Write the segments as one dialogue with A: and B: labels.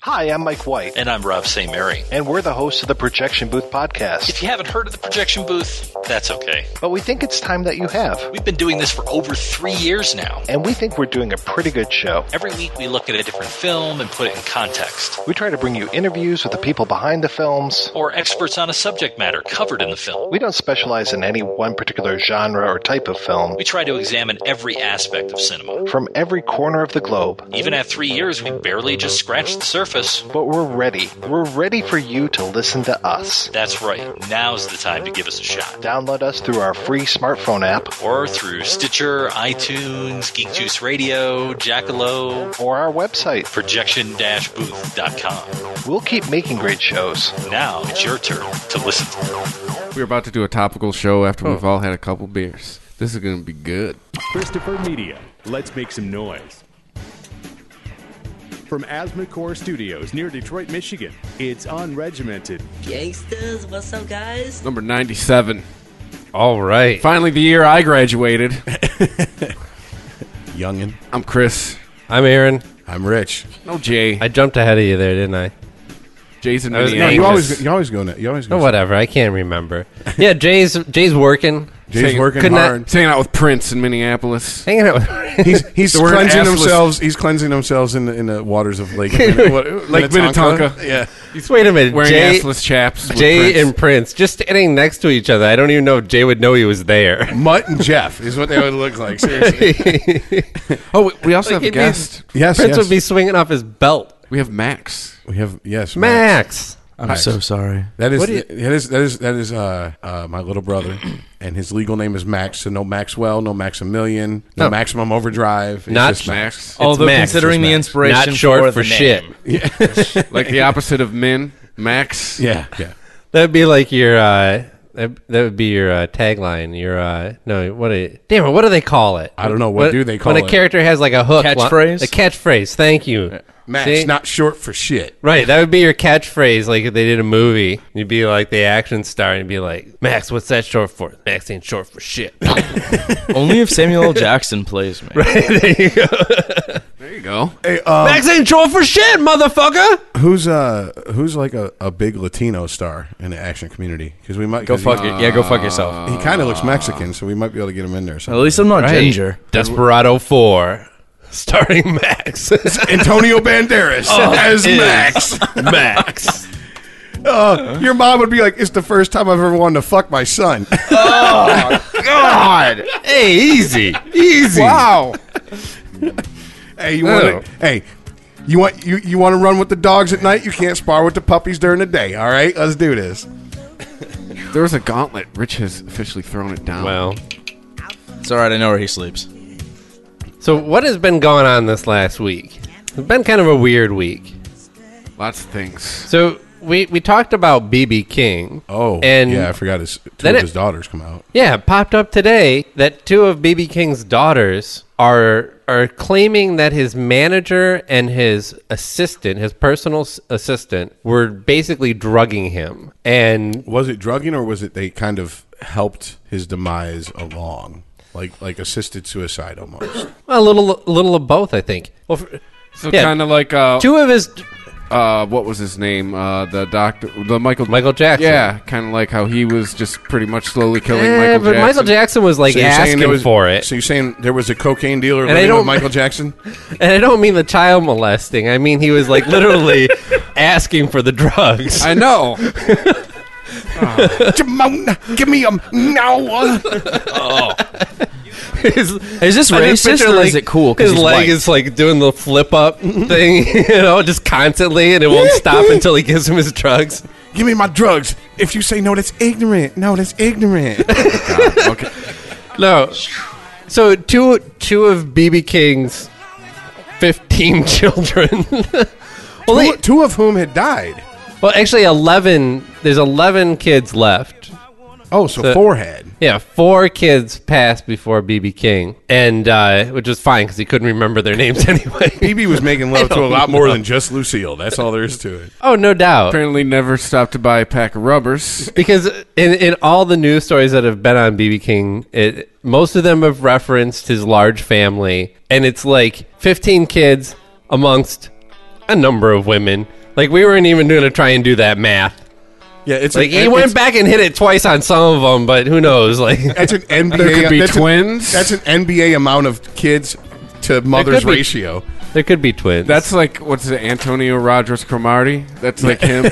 A: Hi, I'm Mike White,
B: And I'm Rob St. Mary.
A: and we're the hosts of the Projection Booth podcast.
B: If you haven't heard of the projection booth, that's okay.
A: But we think it's time that you have,
B: We've been doing this for over three years now.
A: and we think we're doing a pretty good show.
B: Every week we look at a different film and put it in context,
A: We try to bring you interviews with the people behind the films.
B: or experts on a subject matter covered in the film.
A: We don't specialize in any one particular genre or type of film.
B: We try to examine every aspect of cinema.
A: From every corner of the globe,
B: Even at three years, we barely just scratched the surface.
A: but we're ready. We're ready for you to listen to us.
B: That's right, now's the time to give us a shot.
A: Download us through our free smartphone app
B: Or through Stitcher, iTunes, Geek Juice Radio, Jackalope,
A: or our website.
B: projection-booth.com.
A: We'll keep making great shows.
B: Now it's your turn to listen to
C: We were about to do a topical show after
D: Oh.
C: we've all had a couple beers. This is going to be good.
E: Christopher Media. Let's make some noise. From Asmacore Studios near Detroit, Michigan, it's unregimented.
F: Gangsters, what's up, guys?
C: Number 97.
G: All right.
C: Finally, the year I graduated.
D: Youngin.
C: I'm Chris.
G: I'm Aaron.
D: I'm Rich.
C: No Jay.
G: I jumped ahead of you there, didn't I?
C: Jay's in
G: I was-
D: No, you
C: Minneapolis.
D: always you always go ne- you always go.
G: Oh, whatever. I can't remember. Yeah, Jay's Jay's working.
D: Jay's working
G: Could not-
D: hard.
C: Hanging out with Prince in Minneapolis.
G: Hanging out with
D: He's he's
C: The word
D: cleansing
C: assless-
D: themselves. He's cleansing themselves in the, in the waters of Lake Minnetonka.
C: uh, Lake Minnetonka.
D: Yeah,
G: Wait a minute.
C: Wearing
G: Jay,
C: assless chaps. with
G: Jay
C: Prince.
G: and Prince just standing next to each other. I don't even know if Jay would know he was there.
D: Mutt and Jeff is what they would look like. Seriously,
C: Oh, we, we also
G: Like,
C: have a
G: he'd be-
C: guest.
D: Yes,
G: Prince
D: yes.
G: would be swinging off his belt.
C: We have Max.
D: we have yes,
G: Max.
D: I'm so sorry. That is
G: What do you-
D: that is that is that is uh, uh, my little brother, and his legal name is Max. So no Maxwell, no Maximilian, no
G: No.
D: Maximum Overdrive. It's
G: Not
D: just Max.
H: Although
G: Max,
H: considering
D: it's
H: the
D: Max.
H: inspiration
G: Not short
H: for,
G: for
H: the
G: shit.
H: name,
C: Like the opposite of men. Max.
D: Oh, Yeah, yeah.
G: That'd be like your. Uh, that, that would be your uh, tagline. Your uh, no, what? A, damn it! What do they call it?
D: I don't know. What do they call
G: when a
D: it?
G: character has like a hook? li-
H: Catchphrase?
G: A catchphrase. Thank you,
D: Max,
G: See?
D: not short for shit.
G: Right, that would be your catchphrase. Like if they did a movie, you'd be like the action star, and you'd be like, "Max, what's that short for?" Max ain't short for shit.
H: only if Samuel L. Jackson plays me.
G: there you go.
C: There you go.
D: Hey, um,
G: Max ain't short for shit, motherfucker.
D: Who's uh who's like a, a big Latino star in the action community? Because we might
H: Go
D: 'cause
H: fuck
D: he,
H: your, yeah, go fuck yourself.
D: He kind of
G: Ah.
D: looks Mexican, so we might be able to get him in there.
H: At
D: So
H: least I'm not ginger.
G: Desperado Four, starring Max.
D: Antonio Banderas as
G: is.
D: Max.
G: Max.
D: Uh, your mom would be like, "It's the first time I've ever wanted to fuck my son."
G: God. Hey, easy, easy.
D: wow. hey, you
G: Oh.
D: want to? Hey, you want you you want to run with the dogs at night? You can't spar with the puppies during the day. All right, let's do this.
C: There was a gauntlet. Rich has officially thrown it down.
G: Well,
H: It's all right. I know where he sleeps.
G: so what has been going on this last week? It's been kind of a weird week.
C: Lots of things.
G: So we we talked about BB King.
D: Oh,
G: and
D: yeah, I forgot his two
G: then
D: of
G: it-
D: his daughters come out.
G: Yeah, it popped up today that two of BB King's daughters are are claiming that his manager and his assistant, his personal s- assistant, were basically drugging him. And
D: Was it drugging or was it they kind of helped his demise along? Like like assisted suicide almost.
G: a little a little of both, I think. Well, for,
C: So
G: Yeah.
C: kind of like uh,
G: two of his
C: uh, what was his name? Uh, the doctor, the Michael
G: Michael Jackson.
C: Yeah, kind of like how he was just pretty much slowly killing
G: Eh,
C: Michael
G: but
C: Jackson.
G: Michael Jackson was like
D: So you're saying
G: asking
D: there was-
G: for it.
D: So you're saying there was a cocaine dealer
G: I
D: living
G: don't-
D: with Michael Jackson?
G: And I don't mean the child molesting. I mean he was like literally asking for the drugs.
C: I know.
D: Jamona, give me him now.
G: his,
H: Is this
G: I just
H: racist
G: picture,
H: or is it cool 'cause
G: His
H: he's
G: leg
H: white?
G: is like doing the flip up thing, you know, just constantly, and it won't stop until he gives him his drugs.
D: Give me my drugs. If you say no, that's ignorant. No, that's ignorant.
C: Okay.
G: No, so two two of BB King's fifteen children. well,
D: two,
G: they,
D: two of whom had died.
G: well, actually, eleven. There's eleven kids left.
D: Oh, so,
G: So-
D: four had.
G: Yeah, four kids passed before BB King, and uh, which was fine because he couldn't remember their names anyway.
D: BB was making love to a
G: don't
D: lot more
G: know.
D: than just Lucille. That's all there is to it.
G: oh, no doubt.
C: Apparently, never stopped to buy a pack of rubbers.
G: because in, in all the news stories that have been on BB King, it, most of them have referenced his large family, and it's like 15 kids amongst a number of women. Like we weren't even going to try and do that math.
D: Yeah, it's
G: Like
D: an,
G: he went
D: it's-
G: back and hit it twice on some of them, but who knows? Like
D: That's an NBA.
C: There could be
D: that's a-
C: twins.
D: that's an NBA amount of kids to mothers
G: be-
D: ratio.
G: there could be twins.
C: That's like what's it, Antonio Rogers Cromartie? That's like him.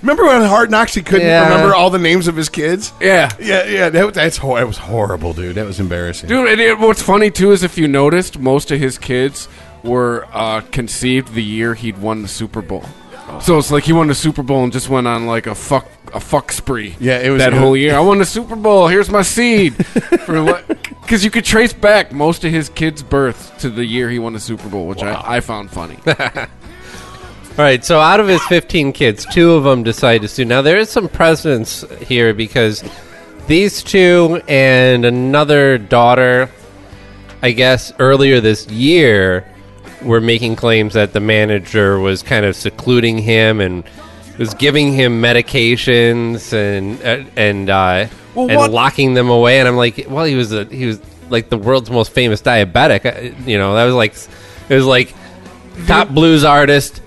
D: remember when Hard Knocks he couldn't
G: Yeah.
D: remember all the names of his kids?
C: yeah.
D: Yeah, yeah, that, that's hor- that was horrible, dude. That was embarrassing.
C: Dude, and it, what's funny too is if you noticed, most of his kids were uh, conceived the year he'd won the Super Bowl.
G: Oh.
C: So it's like he won the Super Bowl and just went on like a fuck a fuck spree.
D: Yeah, it was-
C: that whole year. I won the Super Bowl. Here's my seed for what? Because you could trace back most of his kids' births to the year he won the Super Bowl, which I, I found funny.
G: All right, so out of his 15 kids, two of them decide to sue. Now, there is some precedence here because these two and another daughter, I guess, earlier this year were making claims that the manager was kind of secluding him and was giving him medications and uh, and uh,
C: Well,
G: and
C: what-
G: locking them away. And I'm like, well, he was a, he was like the world's most famous diabetic. Uh, You know, that was like it was like top blues artist,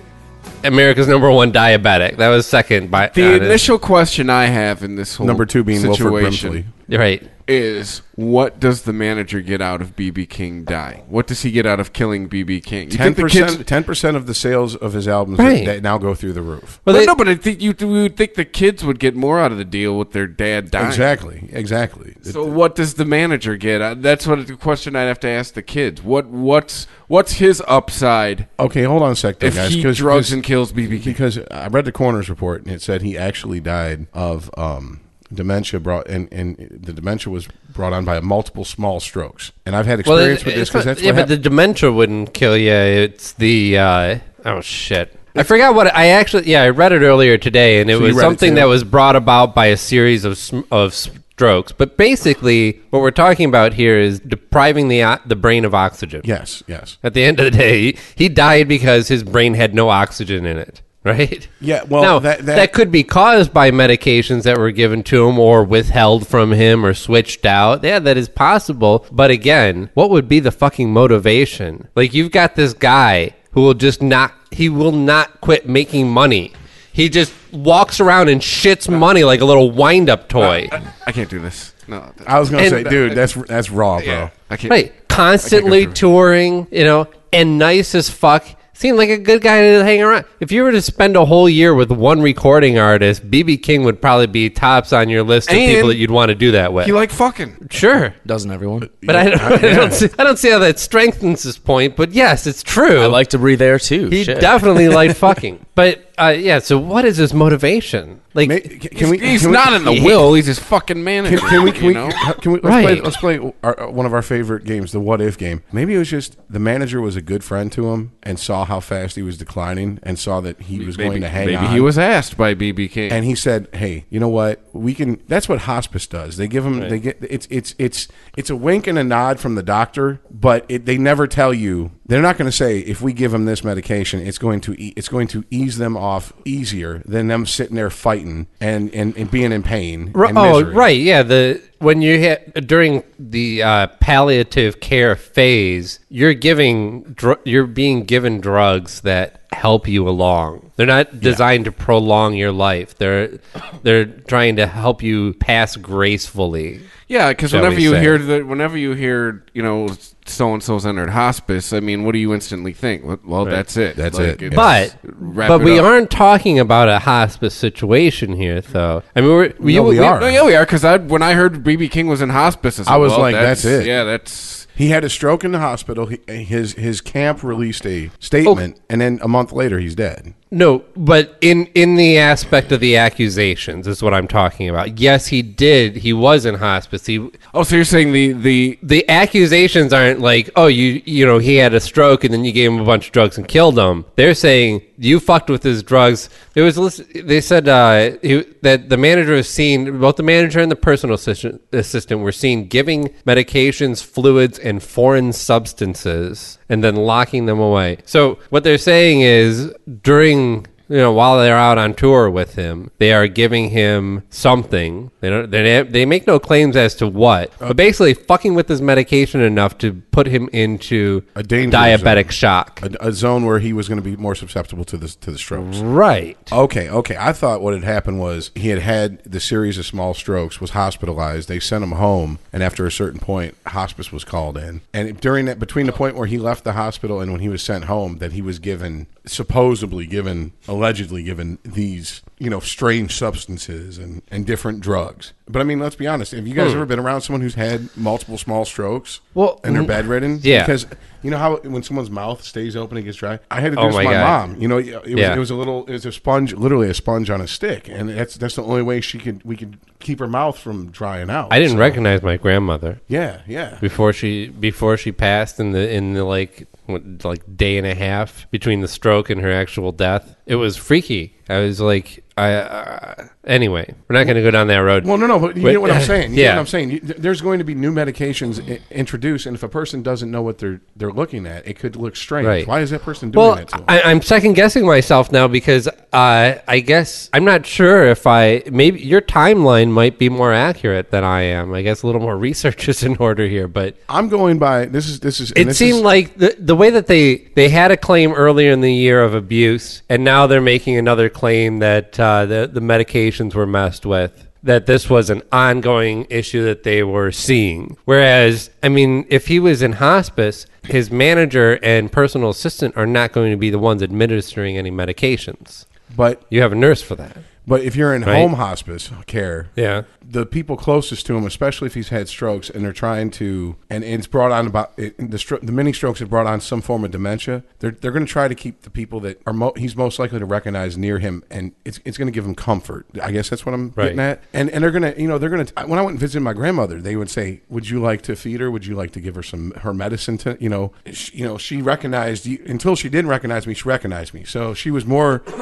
G: America's number one diabetic. That was second by
C: the
G: on his-
C: initial question I have in this whole
D: Number two being Wilford Brimsley.
C: situation
G: right.
C: is what does the manager get out of BB King dying? What does he get out of killing BB King? You
D: Ten
C: think the kids-
D: percent, ten percent of the sales of his albums
G: Right.
D: that now go through the roof.
G: Well,
C: Well,
G: they-
C: no, but I think you we would think the kids would get more out of the deal with their dad dying.
D: Exactly, exactly.
C: So what does the manager get? Uh, That's what the question I'd have to ask the kids. What what's what's his upside
D: okay, hold on a sec, though,
C: if
D: guys.
C: he
D: 'cause-
C: drugs
D: 'cause-
C: and kills BB King?
D: because I read the coroner's report and it said he actually died of um, dementia brought and, and the dementia was brought on by multiple small strokes. And I've had
G: Well,
D: experience
G: it-
D: with this
G: it's
D: because
G: not-
D: that's
G: yeah,
D: what
G: but the
D: happened.
G: dementia wouldn't kill you. It's the uh, oh shit. I forgot what I actually. Yeah, I read it earlier today, and it
D: you
G: was
D: read it
G: something
D: too?
G: that was brought about by a series of sm- of strokes. But basically, what we're talking about here is depriving the o- the brain of oxygen.
D: yes, yes,
G: At the end of the day, he died because his brain had no oxygen in it. Right.
D: Yeah, well,
G: now,
D: that- that-
G: could be caused by medications that were given to him or withheld from him or switched out. Yeah, that is possible. But again, what would be the fucking motivation? Like you've got this guy who will just not. He will not quit making money. He just walks around and shits money like a little wind-up toy.
C: I can't do this. No,
D: I was gonna
G: And-
D: say, dude, that's that's raw, bro.
C: I can't.
G: Right. Constantly touring, you know, and nice as fuck. Seemed like a good guy to hang around. If you were to spend a whole year with one recording artist, BB King would probably be tops on your list of
C: And-
G: people that you'd want to do that with.
C: He like fucking.
G: sure.
H: Doesn't everyone?
G: But I, don't, I, don't see, I don't see how that strengthens his point, but yes, it's true.
H: I like to breathe air too.
G: he
H: Shit.
G: definitely liked fucking. But uh, yeah, so what is his motivation? Like,
D: Ma- can, can we?
C: He's
D: can we-
C: not in the
G: Yeah.
C: will. He's his fucking
D: Can,
C: manager.
D: can we? Can
C: you
D: we?
C: know?
D: Can we? Let's play.
G: Right.
D: Let's play our, uh, one of our favorite games, the What If game. Maybe it was just the manager was a good friend to him and saw how fast he was declining and saw that he was
C: Maybe,
D: going to hang
C: maybe
D: on.
C: he was asked by BB King.
D: and he said, "Hey, you know what? We can." That's what hospice does. They give them. They get. It's it's it's it's a wink and a nod from the doctor, but it, they never tell you. They're not going to say if we give them this medication, it's going to e- it's going to ease them off easier than them sitting there fighting and and, and being in pain.
G: Ri-
D: and
G: oh,
D: misery.
G: right, yeah. The when you hit during the uh, palliative care phase, you're giving dr- you're being given drugs that help you along. They're not designed to prolong your life. They're they're trying to help you pass gracefully.
C: Yeah, because
G: shall
C: whenever
G: we
C: you
G: say.
C: hear that, whenever you hear, you know, so and so's entered hospice. I mean, what do you instantly think? Well, well, that's it.
D: That's it.
C: it's-
G: But
C: wrap
G: but
C: it
G: we
C: up.
G: aren't talking about a hospice situation here, though. I mean, we're, we,
D: No, we are.
C: No, yeah, we are. Because I, when I heard BB King was in hospice, I, said,
D: I was
C: well,
D: like, that's it.
C: Yeah, that's.
D: He had a stroke in the hospital. He, his his camp released a statement, and then a month later, he's dead.
G: No, but in in the aspect of the accusations is what I'm talking about. Yes, he did. He was in hospice. He
C: Oh, so you're saying the the
G: the accusations aren't like, oh, you you know, he had a stroke and then you gave him a bunch of drugs and killed him. They're saying you fucked with his drugs. There was list- they said uh, he, that the manager was seen, both the manager and the personal assistant, assistant were seen giving medications, fluids, and foreign substances, and then locking them away. So what they're saying is during you know, while they're out on tour with him, they are giving him something. They don't. They they make no claims as to what, but basically fucking with his medication enough to put him into
D: A danger
G: diabetic
D: zone.
G: shock.
D: A, a zone where he was going to be more susceptible to the to the strokes.
G: right.
D: Okay, okay. I thought what had happened was he had had the series of small strokes, was hospitalized. They sent him home, and after a certain point, hospice was called in. And during that, between the point where he left the hospital and when he was sent home, that he was given, supposedly given, allegedly given these, you know, strange substances and and different drugs. But I mean, let's be honest. Have you guys ever been around someone who's had multiple small strokes?
G: Hmm. Well,
D: and they're
G: n-
D: bedridden.
G: yeah.
D: because. You know how when someone's mouth stays open and gets dry? I had to do
G: Oh
D: this
G: my
D: with my
G: God.
D: mom. You know, it was,
G: Yeah.
D: it was a little it was a sponge literally a sponge on a stick and that's that's the only way she could we could keep her mouth from drying out
G: I didn't
D: So-
G: recognize my grandmother.
D: yeah yeah
G: before she before she passed in the in the like what, like day and a half between the stroke and her actual death. It was freaky. I was like, I uh, anyway, we're not going to go down that road.
D: well no no but you
G: Wait,
D: get what i'm saying you
G: yeah.
D: get what i'm saying You- th- there's going to be new medications I- introduced and if a person doesn't know what they're they're looking at it could look strange
G: Right.
D: why is that person doing
G: Well,
D: that to them?
G: I, I'm second guessing myself now because uh, I guess I'm not sure if I maybe your timeline might be more accurate than I am. I guess a little more research is in order here, but
D: i'm going by this is this is and
G: It
D: this
G: seemed
D: is-
G: like the the way that they they had a claim earlier in the year of abuse, and now they're making another claim that uh, the the medications were messed with. That this was an ongoing issue that they were seeing. Whereas, I mean, if he was in hospice, his manager and personal assistant are not going to be the ones administering any medications.
D: but
G: You have a nurse for that.
D: but if you're in
G: Right.
D: home hospice care
G: Yeah.
D: the people closest to him, especially if he's had strokes and they're trying to, and it's brought on about it, the stro- the many strokes have brought on some form of dementia. They're they're going to try to keep the people that are mo- he's most likely to recognize near him, and it's it's going to give him comfort. I guess that's what I'm getting
G: Right.
D: at. And and they're going to you know they're going to when I went and visited my grandmother, they would say, "Would you like to feed her? Would you like to give her some her medicine to you know she, you know she recognized you, until she didn't recognize me, she recognized me, so she was more."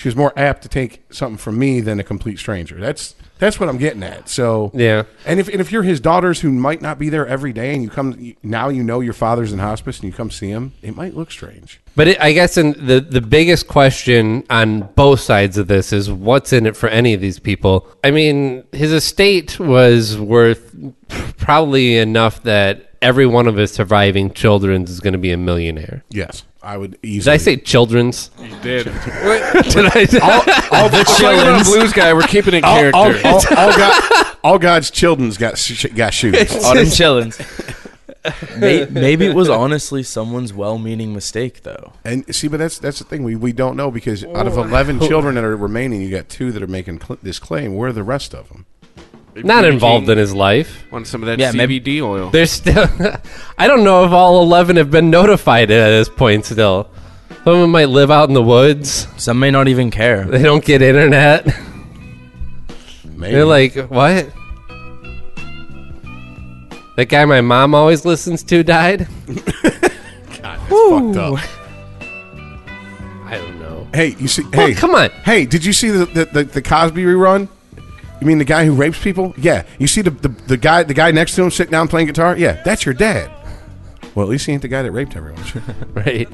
D: She was more apt to take something from me than a complete stranger. That's that's what I'm getting at. So
G: Yeah.
D: and if and if you're his daughters who might not be there every day, and you come you, now, you know your father's in hospice, and you come see him, it might look strange.
G: But it, I guess in the the biggest question on both sides of this is what's in it for any of these people. I mean, his estate was worth probably enough that every one of his surviving children is going to be a millionaire.
D: Yes, I would
G: Did
D: easily.
G: I say children's?
C: You did.
G: Did I say-
C: all the
H: chillins.
C: blues guy. We're keeping it
D: all,
C: character.
D: all, all, all, God, all God's children's got sh- got shoes.
H: Autumn chillins. May- Maybe it was honestly someone's well-meaning mistake, though.
D: And see, but that's that's the thing we, we don't know because out of eleven children that are remaining, you got two that are making cl- this claim. Where are the rest of them?
G: Not involved in his life.
D: oh.
C: On some of that
H: Yeah,
C: CBD
H: maybe-
C: oil.
G: There's still. I don't know if all eleven have been notified at this point. Still, some of them might live out in the woods.
H: Some may not even care.
G: They don't get internet.
D: Maybe.
G: They're like, what? That guy my mom always listens to died?
D: It's fucked up.
G: I don't know.
D: Hey, you see?
G: Well,
D: Hey,
G: come on.
D: Hey, did you see the the, the, the Cosby rerun? You mean the guy who rapes people? Yeah. You see the, the the guy the guy next to him sitting down playing guitar? Yeah, that's your dad. Well, at least he ain't the guy that raped everyone.
G: Right.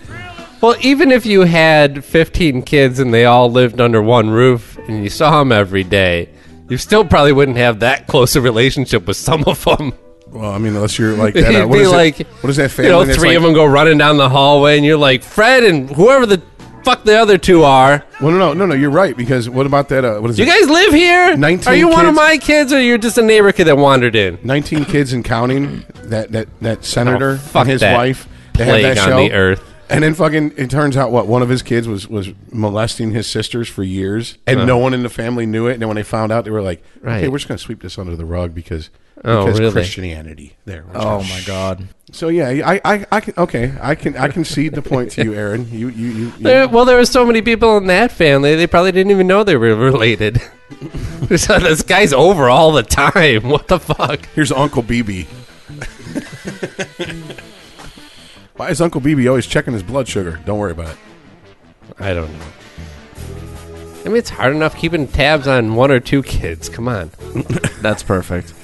G: Well, even if you had 15 kids and they all lived under one roof and you saw them every day, you still probably wouldn't have that close a relationship with some of them.
D: well, I mean, unless you're like that.
G: It'd
D: Uh, what
G: be
D: is that-
G: like,
D: what is that family?
G: You know,
D: that's
G: three
D: like-
G: of them go running down the hallway, and you're like, Fred and whoever the fuck the other two are.
D: Well, no, no, no, no. You're right because what about that? Uh, what is
G: Do
D: it?
G: you guys live here?
D: 19
G: Are you one of
D: kids?
G: my kids, or you're just a neighbor kid that wandered in?
D: Nineteen kids and counting. That that that senator
G: Oh, fuck
D: and his
G: that
D: wife. They had
G: plague
D: that
G: on
D: show.
G: the earth.
D: And then fucking, it turns out what one of his kids was was molesting his sisters for years, and no one in the family knew it. And then when they found out, they were like,
G: Right.
D: "Okay, we're just gonna sweep this under the rug because
G: Oh,
D: because
G: really?
D: Christianity." There. We're
H: Oh
D: just-
H: my god.
D: So yeah, I I, I can okay, I can I concede the point to you, Aaron. You you you. you-
G: There, well, there were so many people in that family, they probably didn't even know they were related. so this guy's over all the time. What the fuck?
D: here's Uncle BB. Why is Uncle BB always checking his blood sugar? Don't worry about it.
G: I don't know. I mean, it's hard enough keeping tabs on one or two kids. Come on.
H: That's perfect.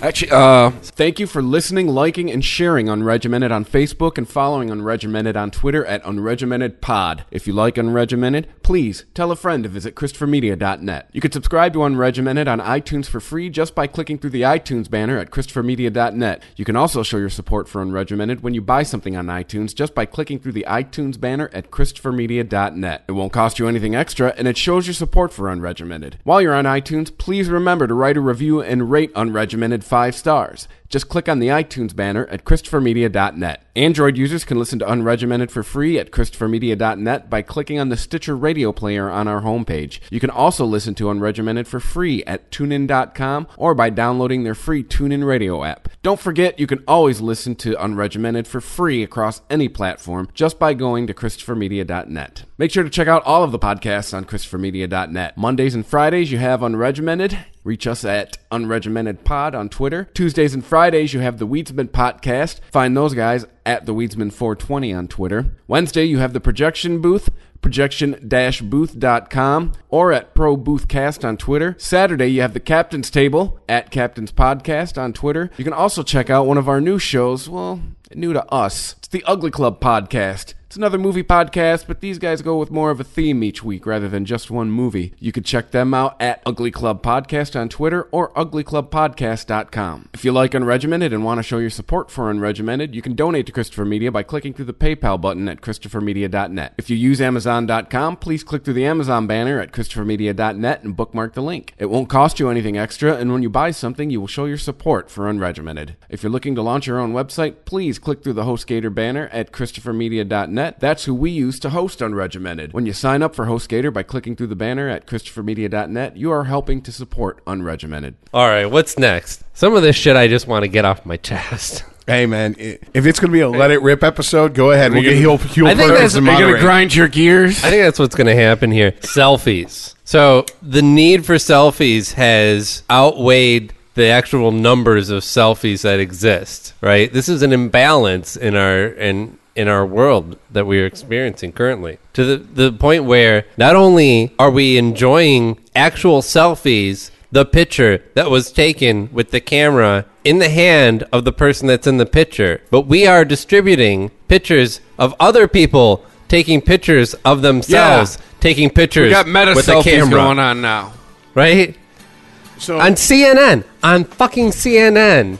C: Actually, uh, thank you for listening, liking, and sharing Unregimented on Facebook and following Unregimented on Twitter at Unregimented Pod. If you like Unregimented, please tell a friend to visit ChristopherMedia.net. You can subscribe to Unregimented on iTunes for free just by clicking through the iTunes banner at ChristopherMedia.net. You can also show your support for Unregimented when you buy something on iTunes just by clicking through the iTunes banner at ChristopherMedia.net. It won't cost you anything extra, and it shows your support for Unregimented. While you're on iTunes, please remember to write a review and rate Unregimented five stars. Just click on the iTunes banner at ChristopherMedia.net. Android users can listen to Unregimented for free at ChristopherMedia.net by clicking on the Stitcher radio player on our homepage. You can also listen to Unregimented for free at TuneIn.com or by downloading their free TuneIn radio app. Don't forget, you can always listen to Unregimented for free across any platform just by going to ChristopherMedia.net. Make sure to check out all of the podcasts on ChristopherMedia.net. Mondays and Fridays, you have Unregimented. Reach us at Unregimented Pod on Twitter. Tuesdays and Fridays, you have the Weedsman Podcast. Find those guys at the Weedsman420 on Twitter. Wednesday, you have the Projection Booth, projection-booth.com, or at ProBoothcast on Twitter. Saturday, you have the Captain's Table at Captain's Podcast on Twitter. You can also check out one of our new shows. Well, new to us. It's the Ugly Club podcast. It's another movie podcast, but these guys go with more of a theme each week rather than just one movie. You can check them out at Ugly Club Podcast on Twitter or uglyclubpodcast.com. If you like Unregimented and want to show your support for Unregimented, you can donate to Christopher Media by clicking through the PayPal button at christophermedia.net. If you use amazon.com, please click through the Amazon banner at christophermedia.net and bookmark the link. It won't cost you anything extra, and when you buy something, you will show your support for Unregimented. If you're looking to launch your own website, please click through the HostGator banner at ChristopherMedia.net. That's who we use to host Unregimented. When you sign up for HostGator by clicking through the banner at ChristopherMedia.net, you are helping to support Unregimented.
G: All right, what's next? Some of this shit I just want to get off my chest.
D: Hey man, i- if it's gonna be a let it rip episode, go ahead. We'll get he'll he'll
G: I think that's-
D: purpose to
G: are you
C: Are you going to
D: moderate.
C: grind your gears?
G: I think that's what's going to happen here. Selfies. So the need for selfies has outweighed the actual numbers of selfies that exist. Right. This is an imbalance in our in in our world that we are experiencing currently to the the point where not only are we enjoying actual selfies. The picture that was taken with the camera in the hand of the person that's in the picture, but we are distributing pictures of other people taking pictures of themselves, taking pictures
C: We got meta
G: with a
C: selfies
G: camera,
C: going on now.
G: right?
D: So
G: On CNN, on fucking CNN,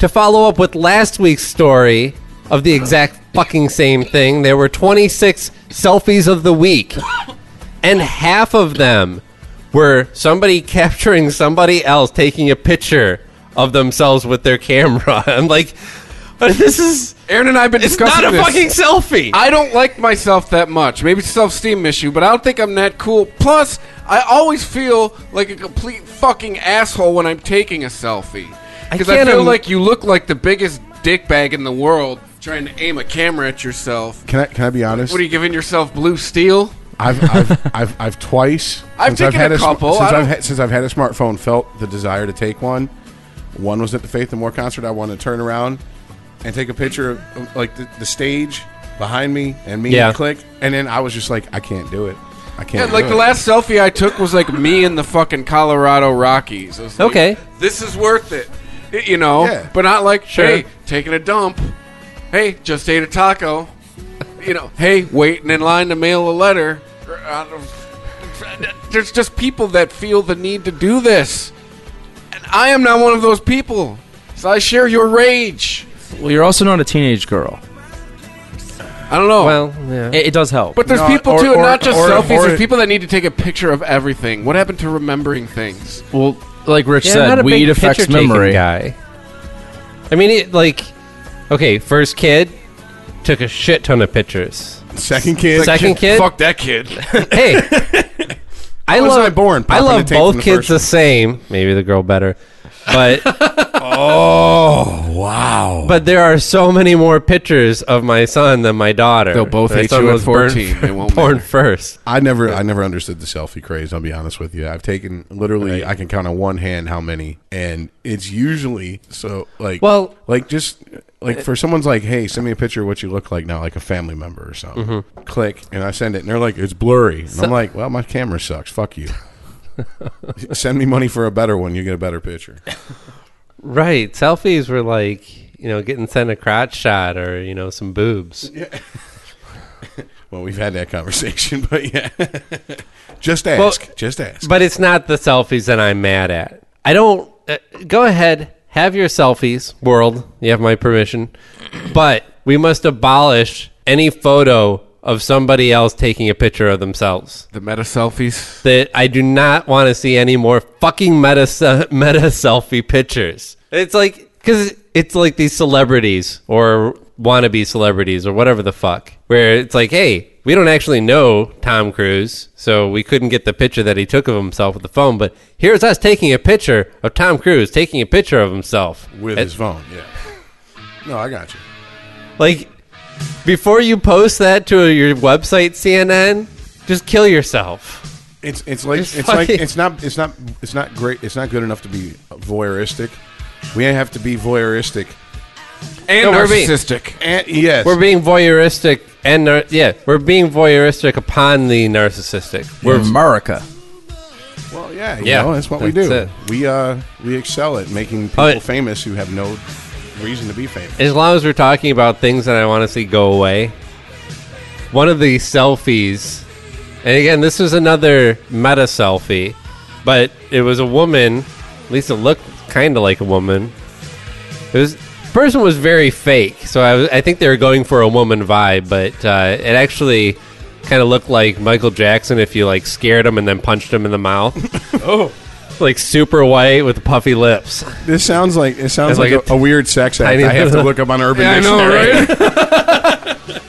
G: to follow up with last week's story of the exact fucking same thing, there were 26 selfies of the week, and half of them were somebody capturing somebody else taking a picture of themselves with their camera. I'm like, this is
C: Aaron and I have been
G: it's
C: discussing
G: not a
C: this.
G: fucking selfie.
C: I don't like myself that much. Maybe it's a self esteem issue, but I don't think I'm that cool. Plus, I always feel like a complete fucking asshole when I'm taking a selfie. Because I,
G: can't
C: feel
G: im-
C: like you look like the biggest dickbag in the world trying to aim a camera at yourself.
D: can I can I be honest?
C: What are you giving yourself, blue steel?
D: I've, I've, I've, I've twice
C: I've
D: since
C: taken
D: had
C: a
D: sm-
C: couple. I
D: since
C: don't-
D: I've had, since I've had a smartphone felt the desire to take one. One was at the Faith and More concert. I wanted to turn around and take a picture of of, like the, the stage behind me and me
G: Yeah.
D: click, and then I was just like, I can't do it. I
C: Yeah,
D: can't.
C: like
D: do
C: the
D: it.
C: last selfie I took was like me in the fucking Colorado Rockies. I was like,
G: Okay.
C: This is worth it. Y- You know?
D: Yeah.
C: But not like,
G: Sure.
C: hey, taking a dump. Hey, just ate a taco. you know, hey, waiting in line to mail a letter. Or, I don't- There's just people that feel the need to do this. And I am not one of those people. So I share your rage.
H: Well, you're also not a teenage girl.
C: I don't know.
G: well, yeah.
H: It, it does help.
C: but there's
D: No,
C: people
D: or-
C: too, and
D: or-
C: not just
D: or-
C: selfies.
D: or-
C: there's people that need to take a picture of everything. What happened to remembering things?
H: well, like Rich
G: Yeah, I'm not
H: said,
G: a big
H: weed affects
G: picture-taking
H: memory.
G: Guy. I mean, it, like, okay, first kid took a shit ton of pictures.
D: second kid,
G: Second kid,
C: Fuck that kid.
G: hey, I
D: was
G: love
D: I born?
G: I
D: Popping
G: love
D: the tape
G: both
D: from the
G: kids
D: first
G: the same. Maybe the girl better, but
D: Oh wow!
G: but there are so many more pictures of my son than my daughter.
C: They'll both
G: My
C: hate
G: son
C: you at
G: was born
C: 14.
G: fir-
C: It won't
G: born
C: matter.
G: first.
D: I never, I never understood the selfie craze. I'll be honest with you. I've taken literally, I can count on one hand how many, and it's usually so like,
G: Well- uh,
D: like just like for someone's like, hey, send me a picture of what you look like now, like a family member or something.
G: Mm-hmm.
D: Click, and I send it, and they're like, it's blurry, and I'm like, well, my camera sucks. Fuck you. send me money for a better one. You get a better picture.
G: Right. Selfies were like, you know, getting sent a crotch shot or, you know, some boobs.
D: Well, we've had that conversation, but yeah. just ask.
G: Well,
D: just ask.
G: But it's not the selfies that I'm mad at. I don't. Uh, go ahead, have your selfies, world. You have my permission. But we must abolish any photo of somebody else taking a picture of themselves.
C: The meta selfies.
G: That I do not want to see any more fucking meta se- meta selfie pictures. It's like because it's like these celebrities or wannabe celebrities or whatever the fuck, where it's like, hey, we don't actually know Tom Cruise, so we couldn't get the picture that he took of himself with the phone. But here's us taking a picture of Tom Cruise taking a picture of himself
D: With
G: It-
D: his phone, yeah. No, I got you.
G: Like before you post that to your website, CNN, just kill yourself.
D: It's it's like
G: Just
D: it's like
G: fucking-
D: it's not it's not it's not great. It's not good enough to be voyeuristic. We have to be voyeuristic.
C: And
G: we're being-
C: narcissistic.
D: And yes,
G: We're being voyeuristic and nar- yeah, we're being voyeuristic upon the narcissistic.
I: We're America.
D: well, yeah, you
G: Yeah,
D: know, that's what we
G: that's
D: do.
G: it.
D: We uh we excel at making people
G: Oh, it-
D: famous who have no reason to be famous.
G: as long as we're talking about things that I want to see go away, one of the selfies, and again, this was another meta selfie, but it was a woman. At least it looked kind of like a woman. It was the person was very fake, so I, was- I think they were going for a woman vibe, but uh, it actually kind of looked like Michael Jackson if you like scared him and then punched him in the mouth. oh. Like super white with puffy lips.
D: This sounds like it sounds
G: It's
D: like,
G: like
D: a,
G: a-
D: a weird sex act.
G: tiny
D: I have to
G: little-
D: look up on Urban Dictionary.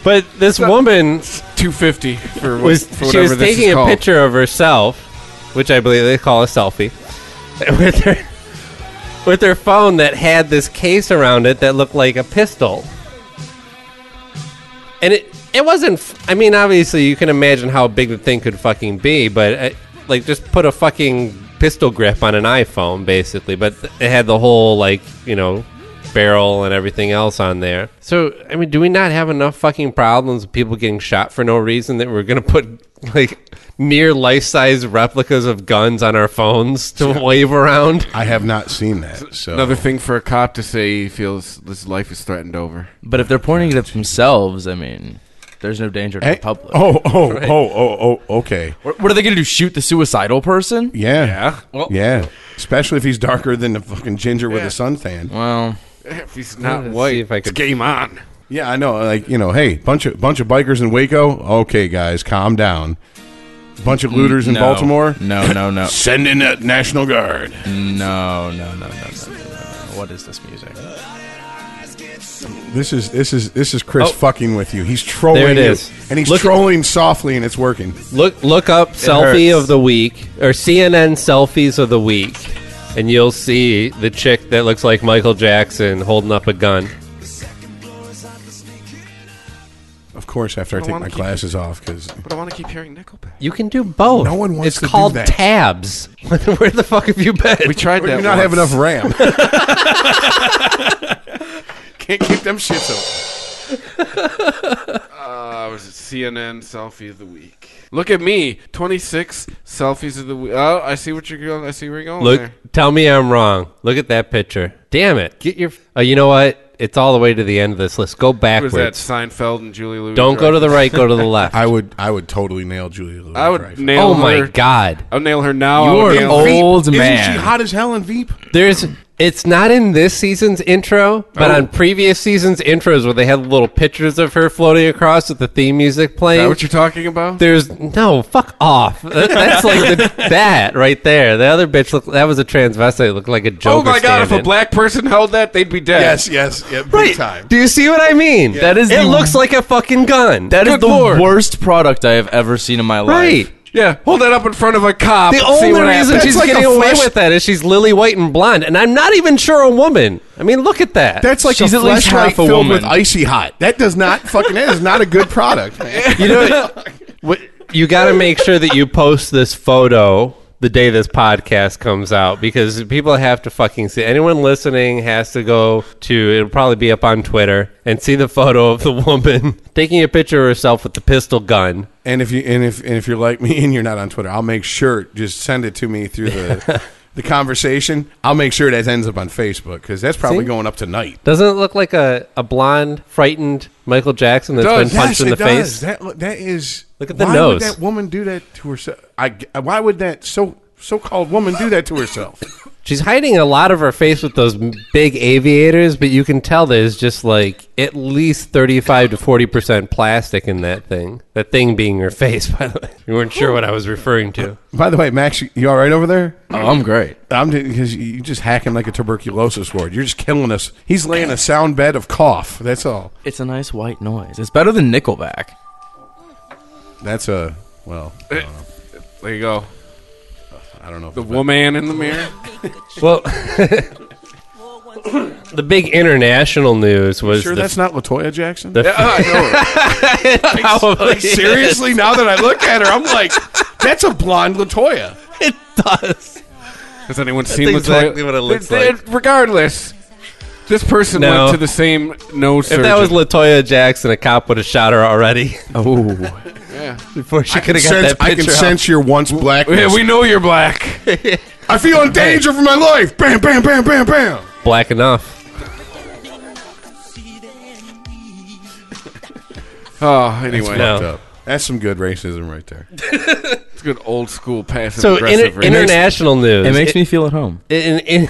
G: But this woman
C: Two fifty for, what,
G: was
C: for
G: she
C: whatever
G: was
C: this
G: taking
C: is
G: a
C: called.
G: picture of herself, which I believe they call a selfie, with her with her phone that had this case around it that looked like a pistol. And it it wasn't. f- I mean, obviously, you can imagine how big the thing could fucking be, but uh like, just put a fucking pistol grip on an iPhone, basically. But th- it had the whole like you know barrel and everything else on there. So I mean, do we not have enough fucking problems with people getting shot for no reason that we're gonna put like near life size replicas of guns on our phones to wave around?
D: I have not seen that. So
C: Another thing for a cop to say he feels his life is threatened over.
H: But if they're pointing it at themselves, I mean, there's no danger to
D: Hey,
H: the public.
D: Oh, oh, oh, oh, oh, okay.
H: What what are they going to do? Shoot the suicidal person?
D: Yeah. Yeah. yeah. Especially if he's darker than the fucking ginger with a suntan.
H: Well,
C: If he's not
G: Let's
C: white,
G: see if I
C: it's
G: could-
C: game on.
D: Yeah, I know. Like, you know, hey, bunch of bunch of bikers in Waco. Okay, guys, calm down. Bunch
C: Mm,
D: of looters in
H: no.
D: Baltimore.
H: No, no, no,
D: Send in that National Guard.
H: no, no, no, no, no, no, no. no. What is this music?
D: This is this is this is Chris
G: Oh.
D: fucking with you. He's trolling
G: There it
D: you.
G: is.
D: And he's
G: Look-
D: trolling softly and it's working.
G: Look look up selfie
H: hurts.
G: of the week or CNN selfies of the week, and you'll see the chick that looks like Michael Jackson holding up a gun.
D: Of course, after I, take my glasses off cuz
C: But I want to keep hearing Nickelback.
G: You can do both.
D: No one wants
G: It's
D: to do
G: called
D: that.
G: tabs. Where the fuck have you been?
C: We tried
D: we
C: that.
D: do not have
C: once.
D: enough RAM. Can't keep them shits up.
C: Uh, was it CNN selfie of the week? Look at me, twenty six selfies of the week. Oh, I see what you're going. I see where you're going.
G: Look,
C: there.
G: tell me I'm wrong. Look at that picture. Damn it. Get your. Oh, you know what? It's all the way to the end of this list. Go
C: what is that?
G: backwards.
C: Seinfeld and Julie Louis.
G: Don't go to the right. Go to the left.
D: I would I would totally nail Julia Louis.
C: I would nail.
G: oh my
C: her.
G: god.
C: I'll nail her now. I
I: You
C: would
I: are an
C: nail-
I: old
D: Isn't she
I: man.
D: hot as hell in Veep?
G: There's.
C: Um,
G: It's not in this season's
C: Oh.
G: intro, but on previous seasons' intros where they had little pictures of her floating across with the theme music
C: Is that
G: playing.
C: what you're talking about?
G: There's no fuck off. That- That's like the, that right there. The other bitch looked. That was a transvestite. Looked like a joker.
C: oh my god! If a
G: stand-in.
C: black person held that, they'd be dead.
D: Yes, yes, yeah, big
G: Right.
D: time.
G: Do you see what I mean?
I: That is
G: It
I: the-
G: looks like a fucking gun.
H: That is
C: Good
H: the
C: lord.
H: worst product I have ever seen in my
G: right.
H: life.
C: Yeah. Hold that up in front of a cop. and
G: The
C: see
G: only
C: what
G: reason
C: happens.
G: she's
D: That's like
G: getting
D: a
G: away
D: flesh-
G: with that is she's lily white and blonde, and I'm not even sure a woman. I mean, look at that.
D: That's like
H: She's
D: a
H: at least
D: fleshlight
H: half a
D: filled
H: woman.
D: with icy hot. That does not fucking. That is not a good product. man.
G: you know. what, you got to make sure that you post this photo the day this podcast comes out because people have to fucking see. Anyone listening has to go to. It'll probably be up on Twitter and see the photo of the woman taking a picture of herself with the pistol gun.
D: And if you and if and if you're like me and you're not on Twitter, I'll make sure just send it to me through the the conversation, I'll make sure that ends up on Facebook because that's probably going up tonight.
G: Doesn't it look like a, a blonde, frightened Michael Jackson that's been punched in
D: yes, it
G: the
D: does.
G: face?
D: That, that is.
G: Look at the
D: why
G: nose.
D: Would that woman do that to herself? I, why would that so so called woman do that to herself?
G: She's hiding a lot of her face with those m- big aviators, but you can tell there's just like at least 35 to 40% plastic in that thing. That thing being her face, by the way. You weren't sure what I was referring to.
D: By the way, Max, you- you all right over there?
H: Oh, I'm great.
D: I'm because you just hacking like a tuberculosis ward. You're just killing us. He's laying a sound bed of cough. That's all.
H: It's a nice white noise. It's better than Nickelback.
D: That's a well.
C: There you go.
D: I don't know. if
C: The woman in the mirror.
G: Well, the big international news was
D: sure
G: the
D: that's not Latoya Jackson.
G: the- probably
D: Seriously, now that I look at her, I'm like, that's a blonde Latoya.
G: it does.
C: Has anyone seen
G: That's
C: Latoya?
G: exactly what it looks
C: Th- th- Regardless, this person
G: No.
C: went to the same nose
G: If
C: surgeon.
G: that was Latoya Jackson, a cop would have shot her already
H: Oh,
G: before she could have got
D: Sense,
G: that
D: I
G: picture.
D: can
G: out.
D: sense your once blackness.
C: yeah, we know you're black.
D: I feel in danger for my life. Bam, bam, bam, bam, bam.
G: Black enough.
C: Oh, anyway,
G: No.
D: Fucked up. That's some good racism right there.
C: it's good old school passive
G: So inter-
C: aggressive. racism.
G: international news.
H: it makes me feel at home.
G: in, in, in-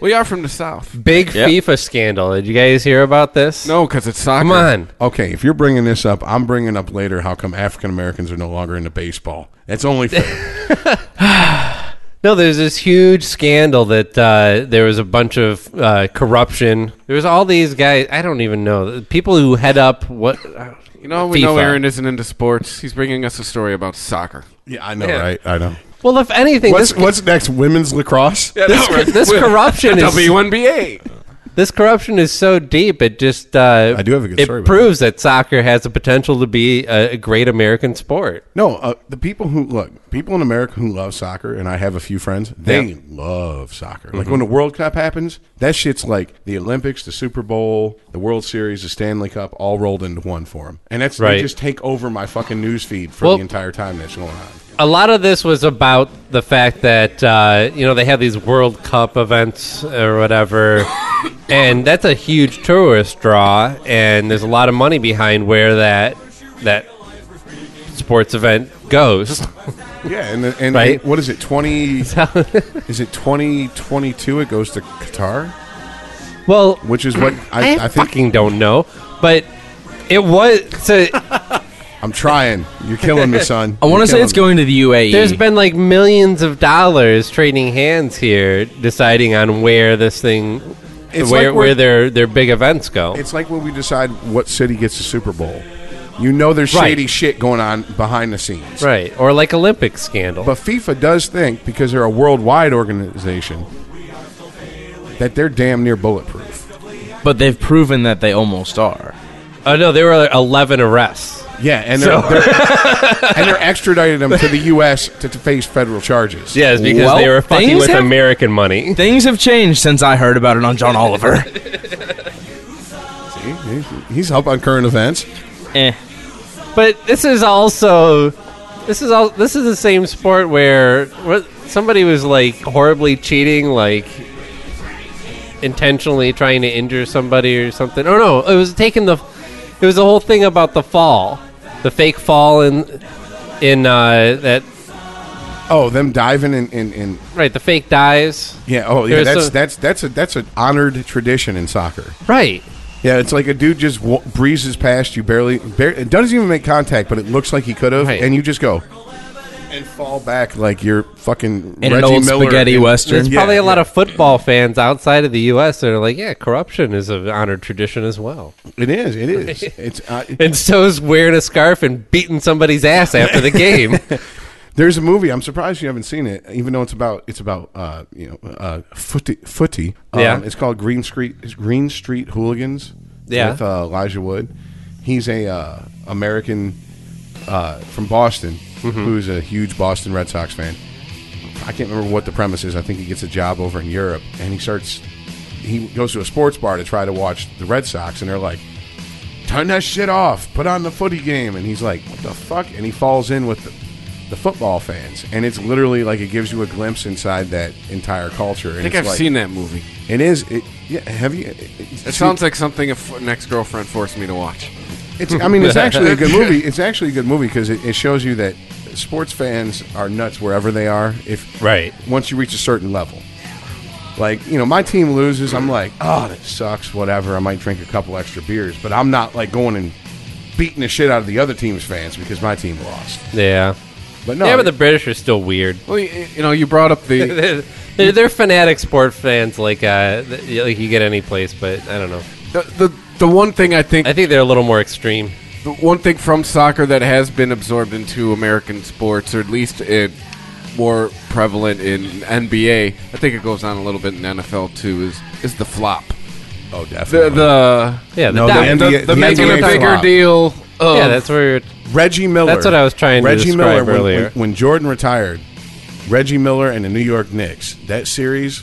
C: we are from the south.
G: big FIFA scandal. Did you guys hear about this?
C: No, because it's soccer.
G: Come on.
D: Okay, if you're bringing this up, I'm bringing up later how come African Americans are no longer into baseball. That's only fair.
G: No, there's this huge scandal that uh, there was a bunch of uh, corruption. There was all these guys. I don't even know people who head up what. uh,
C: You know, we know
G: FIFA.
C: Aaron isn't into sports. He's bringing us a story about soccer.
D: yeah, I know, right? I know.
G: Well, if anything,
D: What's
G: this
D: what's next? Women's lacrosse?
G: this, this corruption is
C: WNBA.
G: this corruption is so deep. It just uh,
D: I do have a good
G: it
D: story about
G: proves that. soccer has the potential to be a, a great American sport.
D: No, uh, the people who look, people in America who love soccer, and I have a few friends, they
G: Yeah. Mm-hmm.
D: love soccer. Like when the World Cup happens, that shit's like the Olympics, the Super Bowl, the World Series, the Stanley Cup, all rolled into one for them. And that's
G: Right.
D: they just take over my fucking news feed for
G: Well-
D: the entire time that's going on.
G: A lot of this was about the fact that uh, you know they have these World Cup events or whatever, and that's a huge tourist draw, and there's a lot of money behind where that that sports event goes.
D: Yeah, and the- and
G: Right.
D: what is it? Twenty? is it twenty twenty two? It goes to Qatar,
G: well,
D: which is what
G: I,
D: I, I think.
G: fucking don't know, but it was so.
D: I'm trying. You're killing me, son.
H: I want
D: You're
H: to say
D: killing
H: it's
D: me.
H: going to the E, UAE.
G: There's been like millions of dollars trading hands here, deciding on where this thing,
D: It's
G: where
D: like we're-
G: where their their big events go.
D: It's like when we decide what city gets the Super Bowl. You know there's
G: Right.
D: shady shit going on behind the scenes.
G: Right, or like Olympic scandal.
D: But FIFA does think, because they're a worldwide organization, that they're damn near bulletproof.
H: but they've proven that they almost are.
G: oh no, there were eleven arrests.
D: Yeah, and they're, they're- and they're extraditing them to the U.S. to, to face federal charges.
G: Yes, because
H: Well,
G: they were fucking
H: things
G: with
H: have-
G: American money.
H: Things have changed since I heard about it on John Oliver.
D: See? He- He's up on current events.
H: eh.
G: But this is also this is all this is the same sport where where somebody was like horribly cheating, like intentionally trying to injure somebody or something. Oh no, it was taking the it was the whole thing about the fall, the fake fall in in uh, that
D: Oh, them diving in, in, in
G: right the fake dives
D: yeah. Oh, yeah.
G: There's a-
D: That's that's that's a that's an honored tradition in soccer.
G: right.
D: Yeah, it's like a dude just w- breezes past you, barely, bar- it doesn't even make contact, but it looks like he could have,
G: Right.
D: and you just go and fall back like you're fucking
H: In an
D: Reggie
H: old
D: Miller
H: spaghetti
D: in-
H: western.
G: There's
D: Yeah,
G: probably a lot
D: yeah.
G: of football fans outside of the U.S. that are like, yeah, corruption is an honored tradition as well.
D: It is, it is. It's uh,
G: And so is wearing a scarf and beating somebody's ass after the game.
D: there's a movie. I'm surprised you haven't seen it, even though it's about it's about uh, you know uh, footy. footy. Um,
G: Yeah.
D: it's called Green Street it's Green Street Hooligans.
G: Yeah.
D: with uh, Elijah Wood. He's a uh, American uh, from Boston who's a huge Boston Red Sox fan. I can't remember what the premise is. I think he gets a job over in Europe, and he starts. He goes to a sports bar to try to watch the Red Sox, and they're like, "Turn that shit off! Put on the footy game!" And he's like, "What the fuck?" And he falls in with the, the football fans, and it's literally like it gives you a glimpse inside that entire culture. And
C: I think
D: it's
C: I've
D: like-
C: seen that movie.
D: It is. It, yeah, have you? It,
C: It sounds like something a f- an ex-girlfriend forced me to watch.
D: It's, I mean, it's actually a good movie. It's actually a good movie because it, it shows you that sports fans are nuts wherever they are. If
G: Right.
D: once you reach a certain level, like you know, my team loses, I'm like, oh, that sucks. Whatever. I might drink a couple extra beers, but I'm not like going and beating the shit out of the other team's fans because my team lost.
G: Yeah.
D: But no,
G: yeah, but the British are still weird.
C: Well, you, you know, you brought up the
G: they're, they're, they're fanatic sport fans, like uh, th- like you get any place, but I don't know.
C: the, the the one thing I think
G: I think they're a little more extreme.
C: the one thing from soccer that has been absorbed into American sports, or at least it more prevalent in NBA. I think it goes on a little bit in NFL too. Is is the flop
D: oh,
C: the
D: definitely.
C: the
G: Yeah, the
D: No,
G: doc-
D: the NBA
C: the making a
D: NBA
C: bigger
D: flop.
C: deal?
D: Oh.
C: Of,
G: yeah, that's where.
D: Reggie Miller.
G: That's what I was trying to
D: Reggie Miller
G: describe
D: when,
G: earlier.
D: When, when Jordan retired, Reggie Miller and the New York Knicks. That series.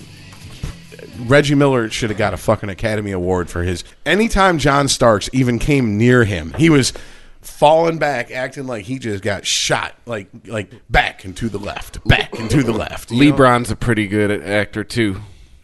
D: Reggie Miller should have got a fucking Academy Award for his. Anytime John Starks even came near him, he was falling back, acting like he just got shot, like like back and to the left, back and to the left. you know?
C: LeBron's a pretty good actor too.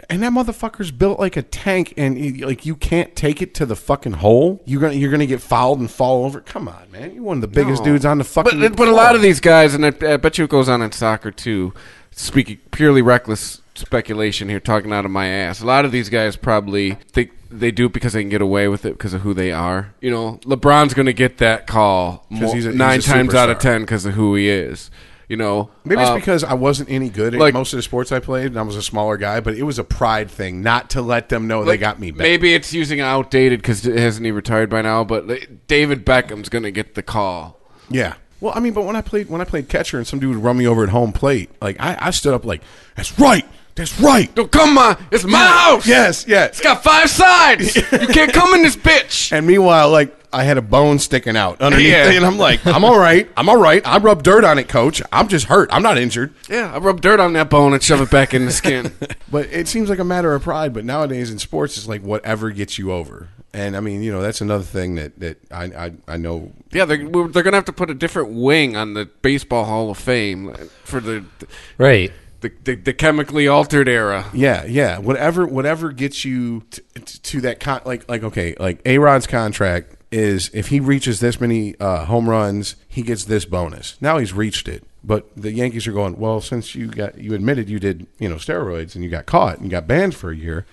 D: and that motherfucker's built like a tank, and he- like you can't take it to the fucking hole. You're gonna you're gonna get fouled and fall over. Come on, man! You're one of the biggest dudes on the fucking.
C: But, but a lot
D: floor.
C: of these guys, and I, I bet you it goes on in soccer too. Speaking purely reckless speculation here, talking out of my ass. A lot of these guys probably think they do it because they can get away with it because of who they are. You know, LeBron's going to get that call mo-
D: he's a- he's
C: nine
D: a
C: times out of
D: superstar.
C: ten because of who he is. You know,
D: Maybe it's
C: Um,
D: because I wasn't any good at
C: like-
D: most of the sports I played, and I was a smaller guy. But it was a pride thing not to let them know they
C: like,
D: got me back.
C: Maybe it's using outdated because hasn't he retired by now? But like, David Beckham's going to get the call.
D: Yeah. Well, I mean, but when I played when I played catcher and some dude would run me over at home plate, like I, I stood up like, "That's right, that's right."
C: No, come on, it's my house.
D: Yes, yes.
C: it's got five sides. you can't come in this bitch.
D: And meanwhile, like I had a bone sticking out underneath,
C: Yeah.
D: and I'm like, "I'm all right, I'm all right. I rub dirt on it, coach. I'm just hurt. I'm not injured."
C: Yeah, I rub dirt on that bone and shove it back in the skin.
D: But it seems like a matter of pride. But nowadays in sports, it's like whatever gets you over. And I mean, you know, that's another thing that that I I, I know
C: yeah, they're, we're- they're gonna have to put a different wing on the baseball Hall of Fame for the
G: Right.
C: the, the, the chemically altered era.
D: Yeah, yeah. Whatever, whatever gets you t- t- to that con- like, like okay, like A Rod's contract is if he reaches this many uh, home runs, he gets this bonus. Now he's reached it, but the Yankees are going well. Since you got you admitted you did you know steroids and you got caught and you got banned for a year.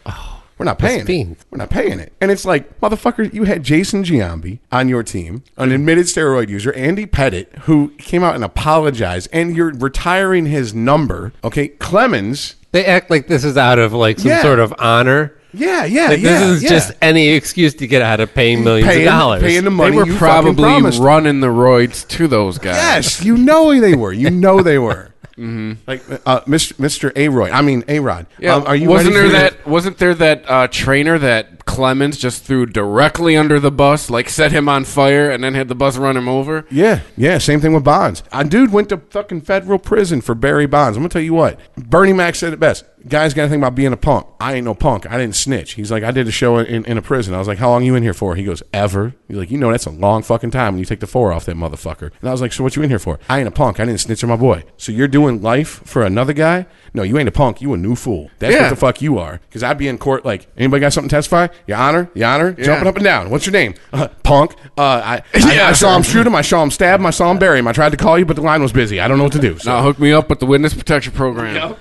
D: We're not paying it.
G: fiends.
D: We're not paying it. And it's like, motherfucker, you had Jason Giambi on your team, an admitted steroid user, Andy Pettit, who came out and apologized, and you're retiring his number. Okay, Clemens
G: They act like this is out of like some
D: Yeah.
G: sort of honor.
D: yeah, yeah,
G: Like
D: yeah.
G: this is
D: yeah.
G: just any excuse to get out of paying millions
D: paying,
G: of dollars.
D: paying the money.
C: They were
D: you fucking
C: probably
D: promised.
C: running the roids to those guys.
D: Yes, you know they were. You know they were. Like uh, Mr. Mr. Aroy. I mean, Arod.
C: Mm-hmm. Yeah,
D: Um, are you
C: wasn't
D: ready
C: there
D: for your-
C: that wasn't there that uh, trainer that Clemens just threw directly under the bus, like set him on fire, and then had the bus run him over?
D: Yeah, yeah. Same thing with Bonds. A dude went to fucking federal prison for Barry Bonds. I'm gonna tell you what. Bernie Mac said it best. Guys got to think about being a punk. I ain't no punk. I didn't snitch. He's like, I did a show in, in a prison. I was like, How long you in here for? He goes, Ever. He's like, You know, that's a long fucking time when you take the four off that motherfucker. And I was like, So what you in here for? I ain't a punk. I didn't snitch on my boy. So you're doing life for another guy? No, you ain't a punk. You a new fool. That's
C: Yeah.
D: what the fuck you are. Because I'd be in court like, anybody got something to testify? Your honor, your honor, jumping up and down. What's your name? Uh, punk. Uh, I, I, I saw him shoot him. I saw him stab him. I saw him bury him. I tried to call you, but the line was busy. I don't know what to do. So
C: Now hook me up with the witness protection program.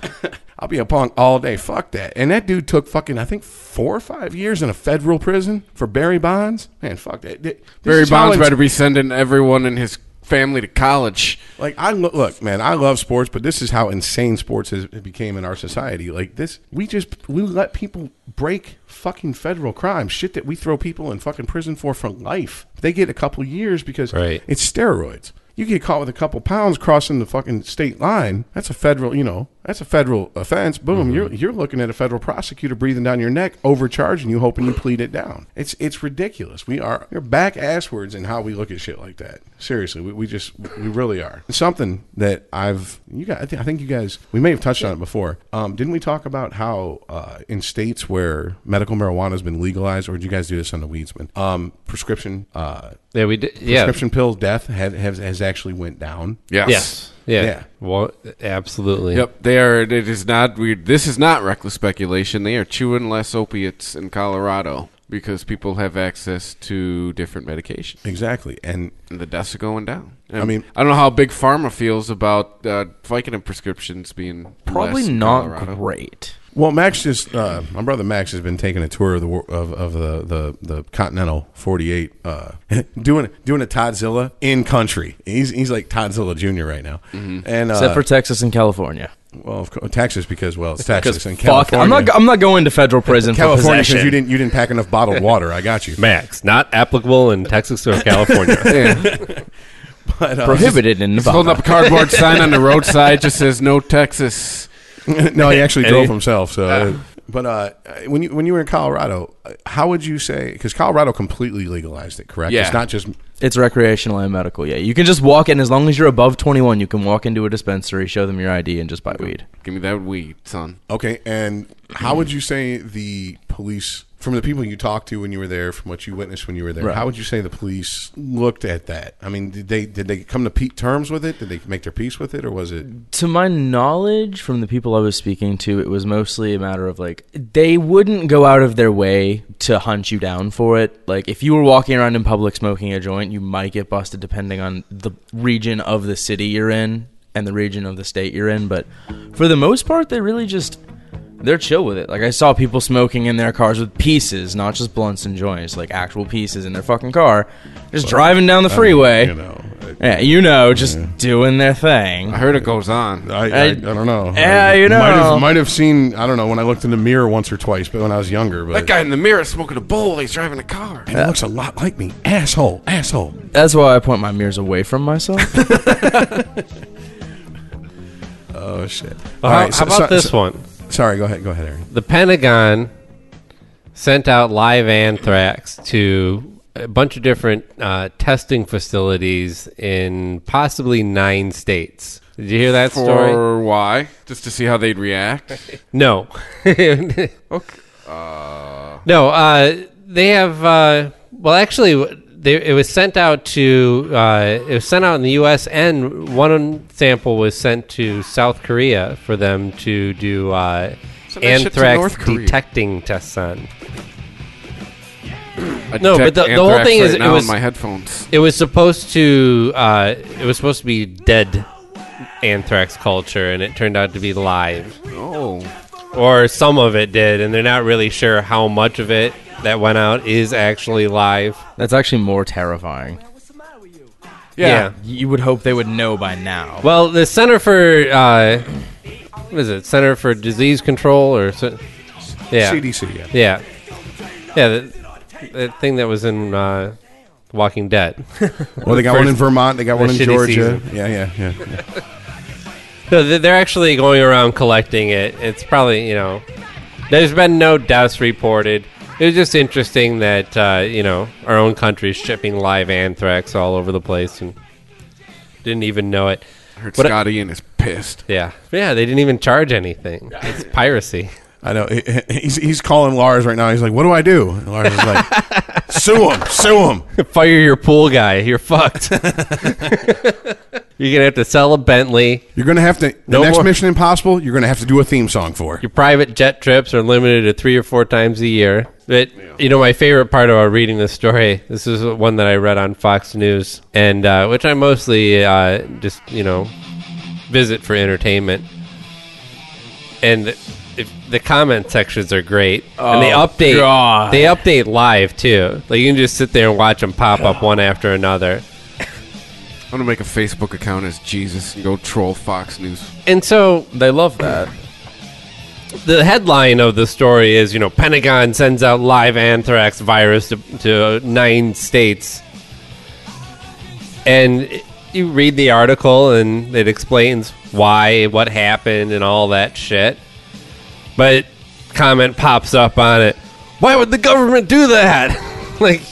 D: I'll be a punk all day. Fuck that. And that dude took fucking, I think, four or five years in a federal prison for Barry Bonds. Man, fuck that. Th- this
C: Barry
D: is how
C: Bonds
D: ins-
C: better be sending everyone in his family to college.
D: Like I lo- look, man, I love sports, but this is how insane sports has it became in our society. Like this, we just we let people break fucking federal crimes, shit that we throw people in fucking prison for for life. They get a couple years because
G: Right.
D: it's steroids. You get caught with a couple pounds crossing the fucking state line. That's a federal, you know, that's a federal offense. Boom, you're you're looking at a federal prosecutor breathing down your neck, overcharging you, hoping you plead it down. It's it's ridiculous. We are we're back asswards in how we look at shit like that. Seriously, we, we just we really are. Something that I've you guys, I, thi- I think you guys, we may have touched on it before. Um, didn't we talk about how uh, in states where medical marijuana has been legalized, or did you guys do this on the Weedsman? Um, prescription. Uh,
G: yeah, we did. Yeah.
D: prescription pill death has, has, has actually went down.
C: Yes.
G: Yes. Yeah.
D: Yeah.
G: Well, absolutely.
C: Yep, they are. It is not weird. This is not reckless speculation. They are chewing less opiates in Colorado because people have access to different medications,
D: Exactly. And
C: and the deaths are going down.
D: I mean-
C: I don't know how big pharma feels about uh, Vicodin prescriptions being
H: Probably
C: less in
H: not
C: Colorado.
H: great.
D: Well, Max just uh, my brother Max has been taking a tour of the wor- of, of the, the the Continental 48, uh, doing doing a Toddzilla in country. He's he's like Toddzilla Junior right now, and uh,
H: Except for Texas and California.
D: well, of course, Texas because well, it's Texas and
H: Fuck,
D: California.
H: I'm not. I'm not going to federal prison for
D: California
H: possession.
D: because you didn't you didn't pack enough bottled water. I got you.
G: Max, not applicable in Texas or California.
C: Uh,
H: prohibited in
C: He's holding up
H: Nevada.
C: a cardboard sign on the roadside just says "No Texas."
D: no, he actually drove himself. So, but uh, when you when you were in Colorado, uh, how would you say? Because Colorado completely legalized it, correct?
C: Yeah.
D: It's not just
H: It's recreational and medical. Yeah, you can just walk in as long as you're above 21. You can walk into a dispensary, show them your ID, and just buy weed.
C: Give me that weed, son.
D: okay. And how would you say the police? From the people you talked to when you were there, from what you witnessed when you were there,
H: Right.
D: how would you say the police looked at that? I mean, did they did they come to pe- terms with it? Did they make their peace with it, or was it?
H: to my knowledge from the people I was speaking to, it was mostly a matter of like they wouldn't go out of their way to hunt you down for it. Like if you were walking around in public smoking a joint, you might get busted depending on the region of the city you're in and the region of the state you're in, but for the most part they really just they're chill with it. Like I saw people smoking in their cars with pieces, not just blunts and joints, like actual pieces in their fucking car, just driving down the freeway.
D: You know,
H: yeah, you know, just doing their thing.
C: I heard it goes on.
D: I, I, I, don't know.
H: Yeah,
D: I
H: you
D: might
H: know.
D: have, might have seen. I don't know when I looked in the mirror once or twice, but when I was younger, but
C: That guy in the mirror smoking a bowl. He's driving a car.
D: and he looks a lot like me. Asshole, asshole.
H: That's why I point my mirrors away from myself.
D: Oh shit!
G: How, how about this one?
D: Sorry, go ahead. Go ahead, Aaron.
G: The Pentagon sent out live anthrax to a bunch of different uh, testing facilities in possibly nine states. Did you hear that
C: For
G: story?
C: why? Just to see how they'd react.
G: No. okay. no, uh, they have. Uh, well, actually, they, it was sent out to. Uh, it was sent out in the U.S. and one sample was sent to South Korea for them to do uh,
C: Send that shit to North
G: anthrax
C: Korea.
G: detecting tests on.
C: I
G: No,
C: detect
G: but the- the whole
C: anthrax
G: thing
C: right
G: is it
C: now in
G: was-
C: my headphones.
G: It was supposed to. Uh, it was supposed to be dead anthrax culture, and it turned out to be live.
C: Oh.
G: or some of it did, and they're not really sure how much of it that went out is actually live.
H: That's actually more terrifying.
G: Yeah.
H: You would hope they would know by now.
G: Well, the Center for uh, what is it? Center for Disease Control or so, yeah,
D: CDC. Yeah.
G: yeah, yeah. That, that thing that was in uh, Walking Dead.
D: Well, they got one in Vermont. They got
G: the
D: one in
G: shitty
D: Georgia.
G: season.
D: Yeah, yeah, yeah. yeah.
G: No, they- they're actually going around collecting it. It's probably you know, there's been no deaths reported. It was just interesting that uh, you know our own country's shipping live anthrax all over the place and didn't even know it.
C: I heard
G: What-
C: Scott Ian is pissed.
G: Yeah, yeah, they didn't even charge anything. It's piracy.
D: I know. He- He's, he's calling Lars right now. He's like, "What do I do?" And Lars is like, "Sue him, sue him."
G: Fire your pool guy. You're fucked. You're gonna have to sell a Bentley.
D: You're gonna have to. The
G: No
D: next
G: more.
D: Mission Impossible. You're gonna have to do a theme song for.
G: Your private jet trips are limited to three or four times a year. But you know, my favorite part about reading this story, this is one that I read on Fox News, and uh, which I mostly uh, just you know visit for entertainment. And if the comment sections are great, and they
H: Oh,
G: update
H: God.
G: they update live too. Like you can just sit there and watch them pop up one after another.
C: I'm gonna make a Facebook account as Jesus and go troll Fox News.
G: And so
H: They love that.
G: the headline of the story is, you know, Pentagon sends out live anthrax virus to, to nine states. And it- you read the article and it explains why, what happened, and all that shit. But comment pops up on it. Why would the government do that? like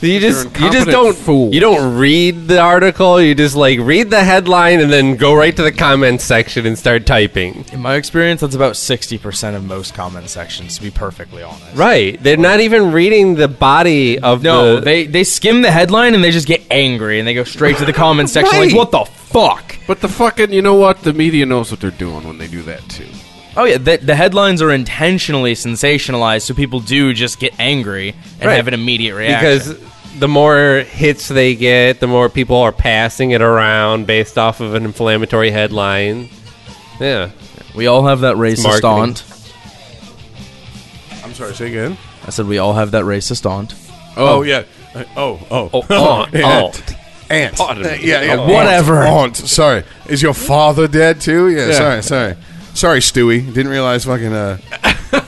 G: you just you
C: incompetent
G: just don't
C: fools.
G: you don't read the article, you just like read the headline and then go right to the comment section and start typing.
H: In my experience, that's about 60% of most comment sections, to be perfectly honest.
G: Right. They're not even reading the body of
H: No,
G: the.
H: they, they skim the headline and they just get angry and they go straight to the comment section
G: Right.
H: like, what the fuck?
C: But the fucking, you know what? The media knows what they're doing when they do that too.
H: Oh yeah, the, the headlines are intentionally sensationalized, so people do just get angry and
G: Right.
H: have an immediate reaction.
G: because the more hits they get, the more people are passing it around based off of an inflammatory headline. Yeah,
H: we all have that racist
G: marketing.
H: aunt.
D: I'm sorry, say again.
H: I said we all have that racist aunt.
D: Oh, yeah. Uh, Oh, oh.
G: Oh, aunt, aunt.
D: Aunt.
G: Pardon me.
D: Yeah, yeah.
G: Oh.
D: aunt,
H: Whatever.
D: Aunt. Sorry. Is your father dead too? Yeah, sorry, sorry. Sorry, Stewie. Didn't realize fucking uh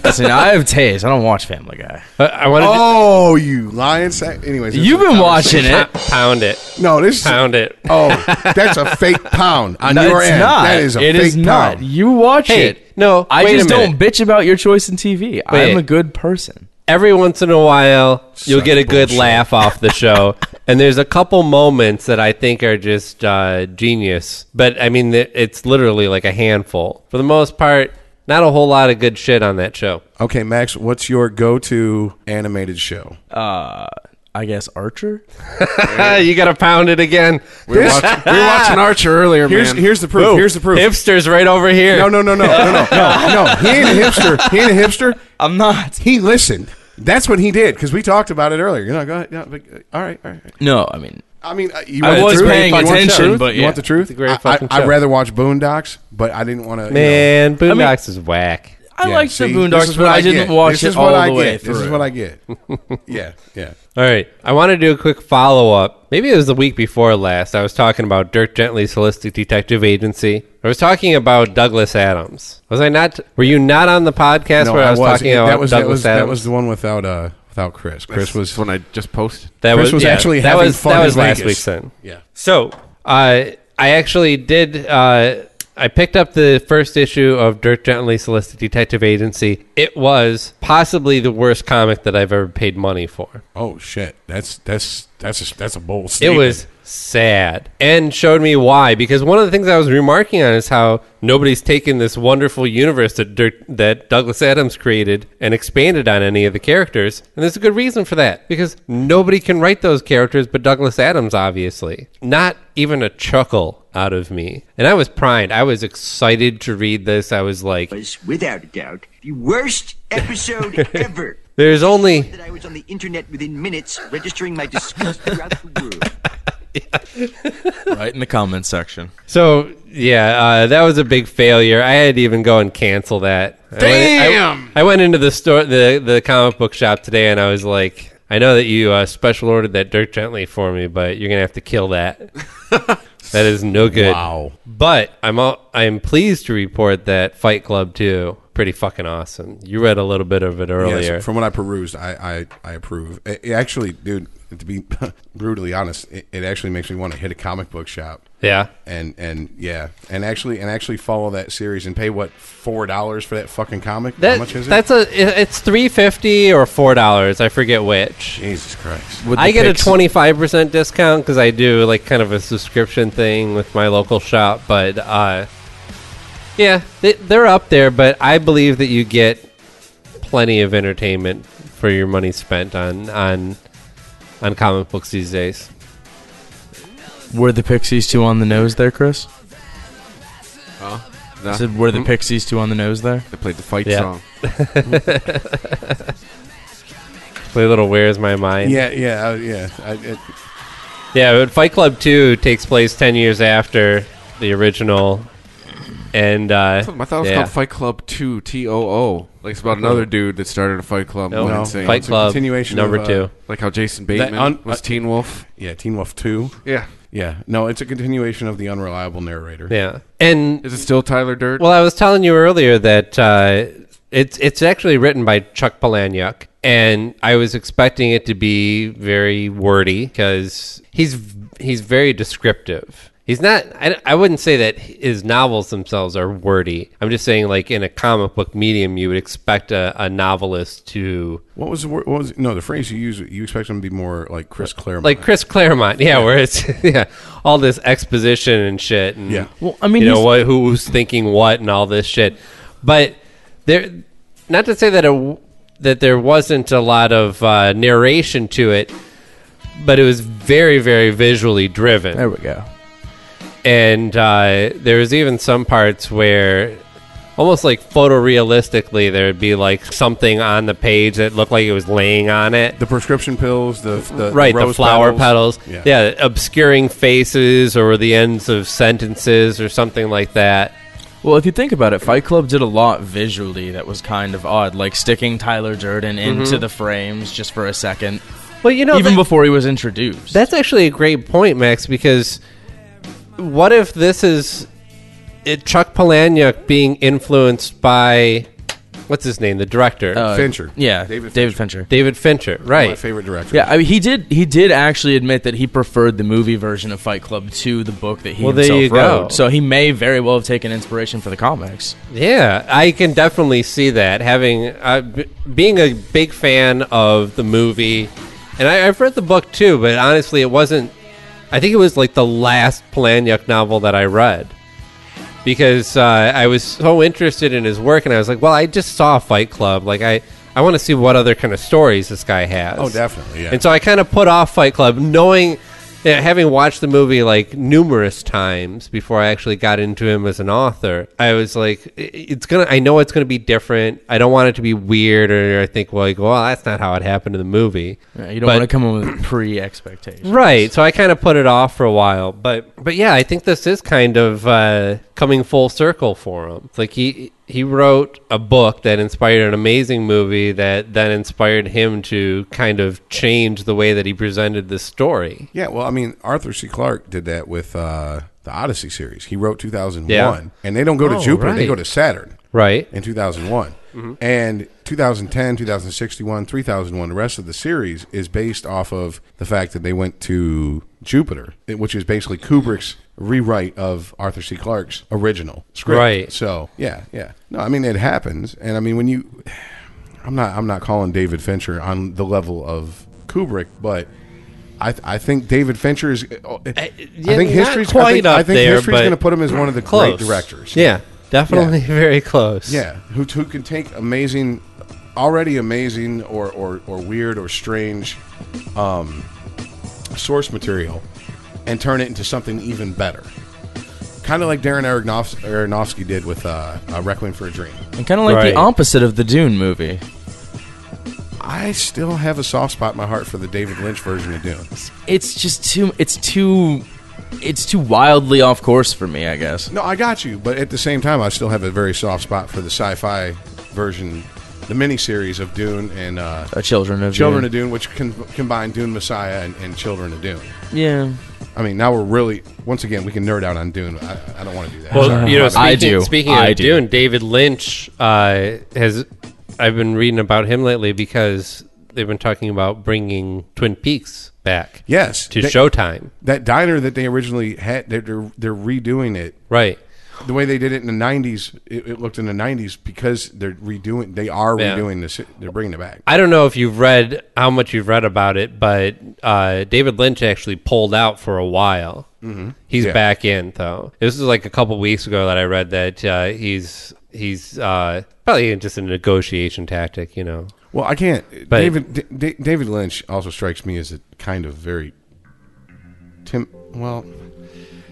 H: Listen, I have taste. I don't watch Family Guy.
G: I, I wanted
D: Oh, you lying sack. Anyways, this
H: You've
D: is a
H: been
D: conversation.
H: watching it.
G: to pound it,
D: No, this is
G: pound it.
D: Oh, that's a fake pound on
H: No,
D: your
H: it's
D: end.
H: not.
D: That is a
H: It
D: fake
H: is not.
D: pound.
H: You watch
G: Hey,
H: it.
G: no,
H: I
G: wait a
H: just
G: minute.
H: don't bitch about your choice in TV.
G: Wait.
H: I'm a good person.
G: Every once in a while, you'll
D: Such
G: get a good
D: bullshit.
G: laugh off the show, and there's a couple moments that I think are just uh, genius. But I mean, th- it's literally like a handful. For the most part, not a whole lot of good shit on that show.
D: Okay, Max, what's your go-to animated show?
H: Uh, I guess Archer.
G: you got to pound it again.
D: We Oh, were watching, we were watching
C: Archer earlier,
D: Here's
C: man.
D: here's the proof. Here's the proof.
G: Hipsters right over here.
D: No, no, no, no, no, no, no, no. He ain't a hipster. He ain't a hipster.
H: I'm not.
D: He listened. That's what he did because we talked about it earlier. You know, go ahead. Yeah, but, uh, all right, all right.
H: No, I mean,
D: I mean, uh, you
H: I
D: want the
H: was
D: truth?
H: paying
D: You want the
H: attention,
D: truth?
H: but
D: you want the
H: yeah.
D: truth?
G: a great
D: I-
G: fucking
D: I,
G: show.
D: would rather watch Boondocks, but I didn't want to.
G: Man, Boondocks is whack.
H: I liked
D: see,
H: the
D: this is
H: Boondocks,
D: what
H: but I didn't
D: get.
H: watch
D: This
H: it
D: is
H: all
D: what
H: the
D: I
H: way
D: get.
H: through.
D: This is what I get. yeah, yeah.
G: All right. I want to do a quick follow up. Maybe it was the week before last. I was talking about Dirk Gently's Holistic Detective Agency. I was talking about Douglas Adams. Was I not? Were you not on the podcast where I was, talking
D: It-
G: about
D: that was that
G: Douglas
D: was that
G: Adams?
D: was the one without uh without Chris. Chris was
C: This one I just posted.
G: That
D: Chris was
G: yeah,
D: actually
G: that
D: having
G: was,
D: fun
G: That
D: in
G: was last
D: Vegas.
G: week's then.
D: Yeah.
G: So uh, I actually did. Uh, I picked up the first issue of Dirk Gently's Solicit Detective Agency. It was possibly the worst comic that I've ever paid money for.
D: Oh shit! That's that's that's a, that's a bold
G: It
D: statement.
G: was sad and showed me why. Because one of the things I was remarking on is how nobody's taken this wonderful universe that Dirk, that Douglas Adams created and expanded on any of the characters, and there's a good reason for that because nobody can write those characters but Douglas Adams, obviously. Not even a chuckle out of me, and I was primed. I was excited to read this. I was like,
I: was, without a doubt, the worst episode ever.
G: "There's only."
I: That I was on the internet within minutes, registering my disgust throughout the world.
H: right in the comments section.
G: So yeah, uh, that was a big failure. I had to even go and cancel that. Damn! I went, I- I went into the store, the the comic book shop today, and I was like, I know that you uh, special ordered that Dirk Gently for me, but you're gonna have to kill that. that is no good.
D: wow.
G: But I'm all, I'm pleased to report that Fight Club 2, pretty fucking awesome. You read a little bit of it
D: Yes,
G: earlier.
D: from what I perused, I I, I approve. It, it actually, dude, to be brutally honest, it, it actually makes me want to hit a comic book shop.
G: yeah.
D: And and yeah, and actually and actually follow that series and pay what four dollars for that fucking comic?
G: That,
D: How much is it?
G: that's a it- it's 350 or $4, I forget which.
D: Jesus Christ!
H: With
G: I
H: the
G: get
H: pics.
G: a twenty five percent discount because I do like kind of a subscription thing with my local shop, but uh, yeah, they, they're up there. But I believe that you get plenty of entertainment for your money spent on on on comic books these days.
H: Were the Pixies two on the nose there, Chris?
C: Nah,
H: I said, were the
D: Mm-hmm.
H: Pixies two on the nose there?
C: they played the fight
G: Yeah.
C: song.
G: Play a little "Where's My Mind."
D: Yeah, yeah, uh, yeah. I, it,
G: yeah. But Fight Club Two takes place ten years after the original, and
C: I
G: uh,
C: thought it was
G: yeah.
C: called Fight Club Two T O O. Like it's about another dude that started a fight club.
G: No,
C: and
D: No.
C: went insane.
G: Fight
D: a
G: Club
D: continuation
G: number
D: of, uh,
G: two. uh,
C: Like how Jason Bateman
D: un-
C: was Teen Wolf.
D: yeah, Teen Wolf Two.
C: Yeah.
D: Yeah, no, it's a continuation of the unreliable narrator.
G: Yeah, and
C: Is it still Tyler Dirt?
G: Well, I was telling you earlier that uh, it's it's actually written by Chuck Palahniuk, and I was expecting it to be very wordy because he's he's very descriptive. He's not. I, I wouldn't say that his novels themselves are wordy. I'm just saying, like in a comic book medium, you would expect a, a novelist to
D: What was the word? What was no? The phrase you use, you expect him to be more like Chris Claremont.
G: like Chris Claremont, yeah, where it's yeah, all this exposition and shit, and
D: Yeah.
H: Well, I mean,
G: you know
H: he's-
G: what, who's thinking what, and all this shit. But there, not to say that it, w- that there wasn't a lot of uh, narration to it, but it was very, very visually driven
H: There we go.
G: and uh, there was even some parts where almost like photorealistically there would be like something on the page that looked like it was laying on it
D: The prescription pills, the the
G: right the,
D: rose
G: flower petals,
D: Yeah.
G: Yeah. obscuring faces or the ends of sentences or something like that
H: Well, if you think about it, Fight Club did a lot visually that was kind of odd, like sticking Tyler Durden
G: Mm-hmm.
H: into the frames just for a second,
G: well you know
H: even before he was introduced.
G: That's actually a great point, Max, because what if this is it, Chuck Palahniuk being influenced by what's his name, the director,
H: Uh,
D: Fincher.
H: Yeah,
D: David
H: David, Fincher.
G: David Fincher,
D: My
G: right?
D: favorite director.
H: Yeah, I mean, he did. He did actually admit that he preferred the movie version of Fight Club to the book that he
G: Well, there
H: himself
G: you go.
H: wrote. So he may very well have taken inspiration for the comics.
G: Yeah, I can definitely see that having uh, b- being a big fan of the movie, and I, I've read the book too, but honestly, it wasn't. I think it was like the last Palahniuk novel that I read because uh, I was so interested in his work, and I was like, well, I just saw Fight Club, like I. I want to see what other kind of stories this guy has.
D: Oh, definitely, yeah.
G: And so I kind of put off Fight Club, knowing, yeah, having watched the movie like numerous times before I actually got into him as an author. I was like, i- it's gonna. I know it's gonna be different. I don't want it to be weird, or I think like, well, that's not how it happened in the movie.
H: Yeah, You don't
G: But-
H: want to come in with pre expectations.
G: Right, so I kind of put it off for a while, but but yeah, I think this is kind of uh, coming full circle for him. It's like he he wrote a book that inspired an amazing movie that then inspired him to kind of change the way that he presented this story.
D: Yeah, well, I mean, Arthur C. Clarke did that with uh, the Odyssey series. He wrote 2001,
G: Yeah.
D: and they don't go to
G: Oh,
D: Jupiter; they
G: right.
D: go to Saturn
G: Right. Mm-hmm.
D: in 2001. And 2010, 2061, 3001, the rest of the series is based off of the fact that they went to Jupiter, which is basically Kubrick's rewrite of Arthur C. Clarke's original script.
G: Right.
D: So, yeah, yeah. No, I mean it happens, and I mean when you I'm not I'm not calling David Fincher on the level of Kubrick, but I, th- I think David Fincher is. uh, I
G: Uh, yeah,
D: think
G: not
D: history's I
G: quite
D: think,
G: up
D: I think
G: there,
D: history's
G: but
D: going to put him as one of the
G: Close.
D: great directors.
G: Yeah, definitely very close.
D: yeah, who who can take amazing, already amazing or or, or weird or strange, um, source material, and turn it into something even better. Kind of like Darren Aronofs- Aronofsky did with uh, uh, *Requiem for a Dream*.
H: And kind of like
G: Right.
H: the opposite of the Dune movie.
D: I still have a soft spot in my heart for the David Lynch version of Dune.
H: It's just too. It's too. It's too wildly off course for me, I guess.
D: No, I got you, but at the same time, I still have a very soft spot for the sci-fi version, the miniseries of Dune and uh,
H: Uh, Children of
D: Children
H: Dune.
D: of Dune, which con- combine Dune Messiah and, and Children of Dune.
H: Yeah.
D: I mean, now we're really once again we can nerd out on Dune. I, I don't want to do that.
G: Well, you know, speaking,
H: I do.
G: Speaking
H: I
G: of
H: do.
G: Dune, David Lynch uh, has. I've been reading about him lately because they've been talking about bringing Twin Peaks back.
D: yes,
G: to
D: that,
G: Showtime.
D: that diner that they originally had, they're, they're they're redoing it
G: Right.
D: the way they did it in the '90s. It, it looked in the '90s because they're redoing. They are
G: Yeah.
D: redoing this. They're bringing it back.
G: I don't know if you've read how much you've read about it, but uh, David Lynch actually pulled out for a while. Mm-hmm. He's
D: Yeah.
G: back in though. This is like a couple weeks ago that I read that uh, he's he's uh, probably just a negotiation tactic, you know.
D: Well, I can't.
G: But-
D: David D- D- David Lynch also strikes me as a kind of very Tim. Well,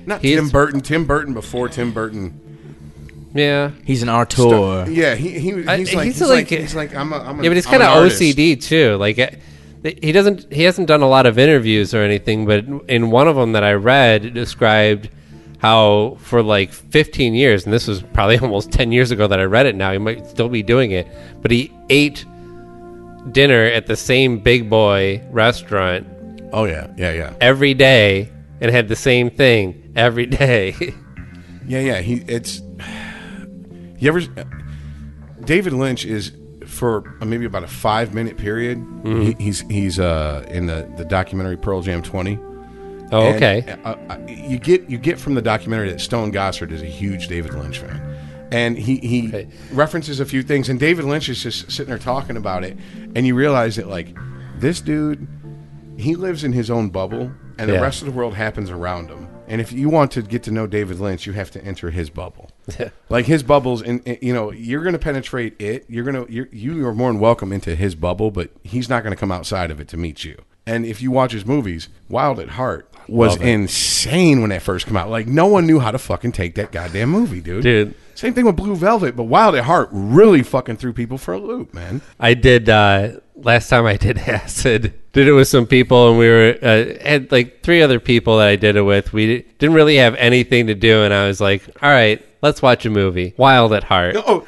D: not
G: He
D: Tim
G: is-
D: Burton. Tim Burton before Tim Burton.
G: Yeah.
H: He's an auteur.
D: Yeah, he, he he's,
G: I-
D: like, he's,
G: he's
D: like,
G: like-
D: he's like I'm a I'm a
G: Yeah, but he's
D: I'm an
G: kind of
D: artist.
G: OCD too. Like eh, th- he doesn't he hasn't done a lot of interviews or anything, but in one of them that I read it described how for like 15 years and this was probably almost 10 years ago that I read it now he might still be doing it, but he ate dinner at the same big boy restaurant
D: Oh yeah, yeah, yeah,
G: every day and had the same thing every day.
D: yeah, yeah. He it's you ever David Lynch is for maybe about a five minute period.
G: Mm-hmm.
D: He, he's he's uh in the the documentary Pearl Jam 20.
G: oh,
D: And,
G: okay.
D: uh, uh, you get you get from the documentary that Stone Gossard is a huge David Lynch fan, and he he
G: Okay.
D: references a few things, and David Lynch is just sitting there talking about it, and you realize that like this dude, he lives in his own bubble, and the
G: Yeah.
D: rest of the world happens around him. And if you want to get to know David Lynch, you have to enter his bubble. like his bubbles, and and, you know you're going to penetrate it. You're going to you're, you are more than welcome into his bubble, but he's not going to come outside of it to meet you. And if you watch his movies, Wild at Heart was insane when that first came out. Like no one knew how to fucking take that goddamn movie, dude.
G: Dude.
D: Same thing with Blue Velvet, but Wild at Heart really fucking threw people for a loop, man.
G: I did uh, last time I did acid. Did it with some people, and we were uh, had like three other people that I did it with. We didn't really have anything to do, and I was like, "All right, let's watch a movie." Wild at heart.
D: Oh,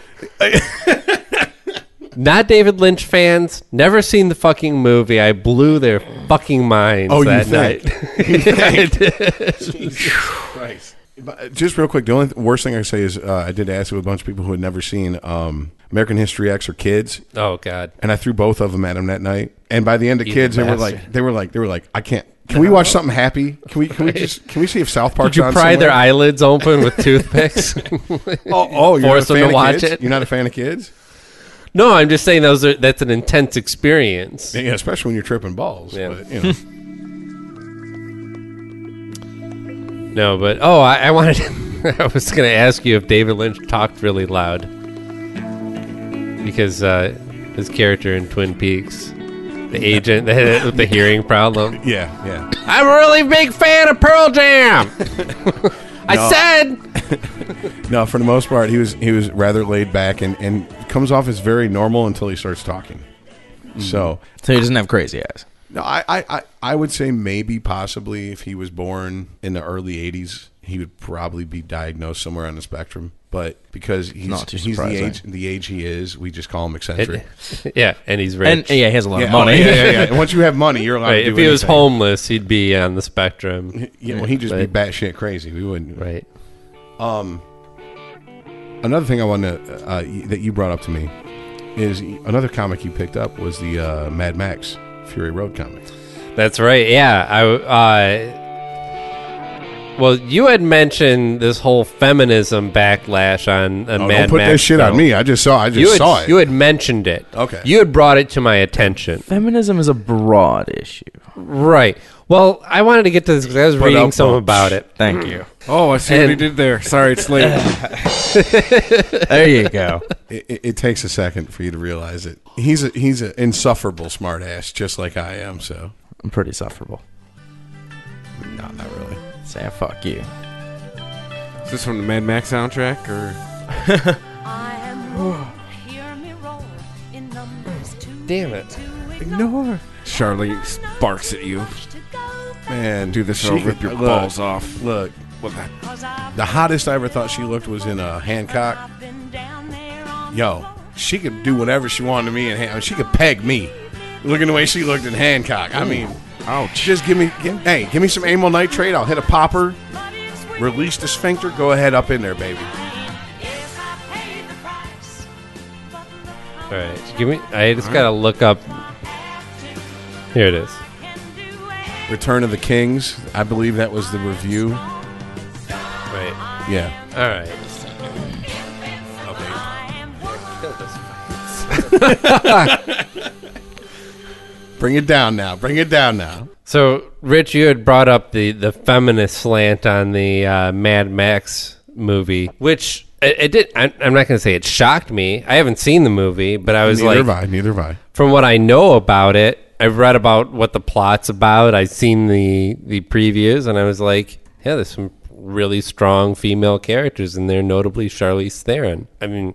G: Not David Lynch fans. Never seen the fucking movie. I blew their fucking minds.
D: Oh, you
G: that
D: think.
G: night. I did.
D: But uh, just real quick, the only th- worst thing I can say is uh, I did ask with a bunch of people who had never seen um, American History X or Kids,
G: oh God.
D: and I threw both of them at them that night. And by the end of
G: You
D: Kids, they were
G: bastard.
D: like, they were like, they were like, I can't. Can we watch something happy? Can we? Can we just? Can we see if South Park's
G: Did you
D: on
G: pry
D: somewhere?
G: their eyelids open with toothpicks?
D: Oh, oh, you're
G: force
D: not
G: them
D: a fan
G: to
D: of
G: watch
D: kids?
G: it?
D: You're not a fan of kids,
G: no, I'm just saying those are that's an intense experience.
D: yeah, especially when you're tripping balls.
G: Yeah.
D: But, you know.
G: No, but oh, I, I wanted. I was going to ask you if David Lynch talked really loud because uh, his character in Twin Peaks, the agent that with the hearing problem.
D: yeah, yeah.
G: I'm a really big fan of Pearl Jam. I said
D: No, for the most part, he was he was rather laid back and and comes off as very normal until he starts talking.
G: Mm-hmm.
D: So
H: So he doesn't have crazy eyes.
D: No, I, I, I, I would say maybe possibly if he was born in the early '80s, he would probably be diagnosed somewhere on the spectrum. But because he's
H: not too
D: he's the
H: surprising.
D: age the age he is, we just call him eccentric.
G: yeah, and he's rich.
H: And yeah, he has a lot
D: Yeah,
H: of
D: oh,
H: money.
D: yeah, yeah, yeah. And once you have money, you're allowed
G: Right,
D: to do
G: if he was
D: anything.
G: homeless, he'd be on the spectrum.
D: Yeah, well, he'd just
G: Right.
D: be batshit crazy. We wouldn't.
G: Right.
D: Another thing I want to uh, y- that you brought up to me is another comic you picked up was the uh, Mad Max Fury Road comic.
G: That's right. Yeah, I. Uh, well, you had mentioned this whole feminism backlash on a
D: Oh,
G: Mad
D: don't put
G: Max
D: that shit on
G: film.
D: me. I just saw. I just
G: You had,
D: saw it.
G: you had mentioned it.
D: Okay.
G: You had brought it to my attention.
H: Feminism is a broad issue.
G: Right. Well, I wanted to get to this because I was reading
D: up,
G: some
D: folks.
G: about it.
H: Thank you.
C: Oh, I see what
G: And-
C: he did there. Sorry, it's late.
H: There you go.
D: it, it, it takes a second for you to realize it. He's a, he's an insufferable smartass, just like I am. So,
H: I'm pretty sufferable.
D: no, not really.
H: Say I fuck you.
C: Is this from the Mad Max soundtrack or?
G: Damn it.
C: Ignore. Charlie barks at you.
D: Man,
C: Do this or I'll rip your
D: look,
C: balls off.
D: Look,
C: What the?
D: the hottest I ever thought she looked was in uh, Hancock. Yo, she could do whatever she wanted to me, and Han- she could peg me. Looking the way she looked in Hancock, I mean,
C: Ouch.
D: just give me, give, hey, give me some amyl nitrate. I'll hit a popper, release the sphincter, go ahead up in there, baby.
G: All right. Give me. I just gotta look up. Here it is.
D: Return of the Kings. I believe that was the review.
G: Right.
D: Yeah.
G: All right.
D: Bring it down now. Bring it down now.
G: So, Rich, you had brought up the, the feminist slant on the uh, Mad Max movie, which it, it did. I'm, I'm not going to say it shocked me. I haven't seen the movie, but I was
D: Neither have
G: like,
D: I. Neither have I.
G: from what I know about it, I've read about what the plot's about. I've seen the the previews, and I was like, yeah, there's some really strong female characters in there, notably Charlize Theron. I mean,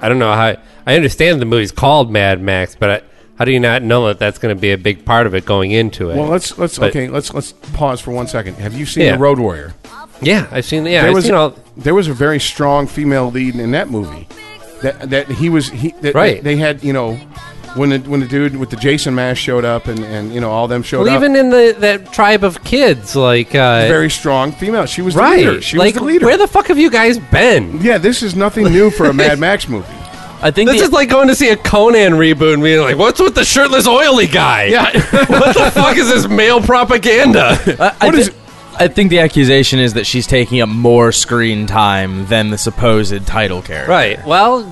G: I don't know how. I understand the movie's called Mad Max, but I, how do you not know that that's going to be a big part of it going into it?
D: Well, let's let's
G: But-
D: okay. Let's let's pause for one second. Have you seen
G: Yeah.
D: the Road Warrior?
G: yeah, I've seen. Yeah,
D: There
G: I've
D: was
G: seen all.
D: there was a very strong female lead in that movie. That that he was he that,
G: Right.
D: They had you know when the, when the dude with the Jason mask showed up and and you know all them showed
G: Well,
D: up.
G: even in the that tribe of kids, like uh,
D: very strong female. She was
G: right,
D: the leader. She
G: like
D: was the leader.
G: where the fuck have you guys been?
D: yeah, this is nothing new for a Mad Max movie.
H: I think
G: This
H: the-
G: is like going to see a Conan reboot and being like, "What's with the shirtless oily guy?
D: Yeah.
G: what the fuck is this male propaganda?"
H: I, I
D: What
H: thi-
D: is it?
H: I think the accusation is that she's taking up more screen time than the supposed title character.
G: right. Well,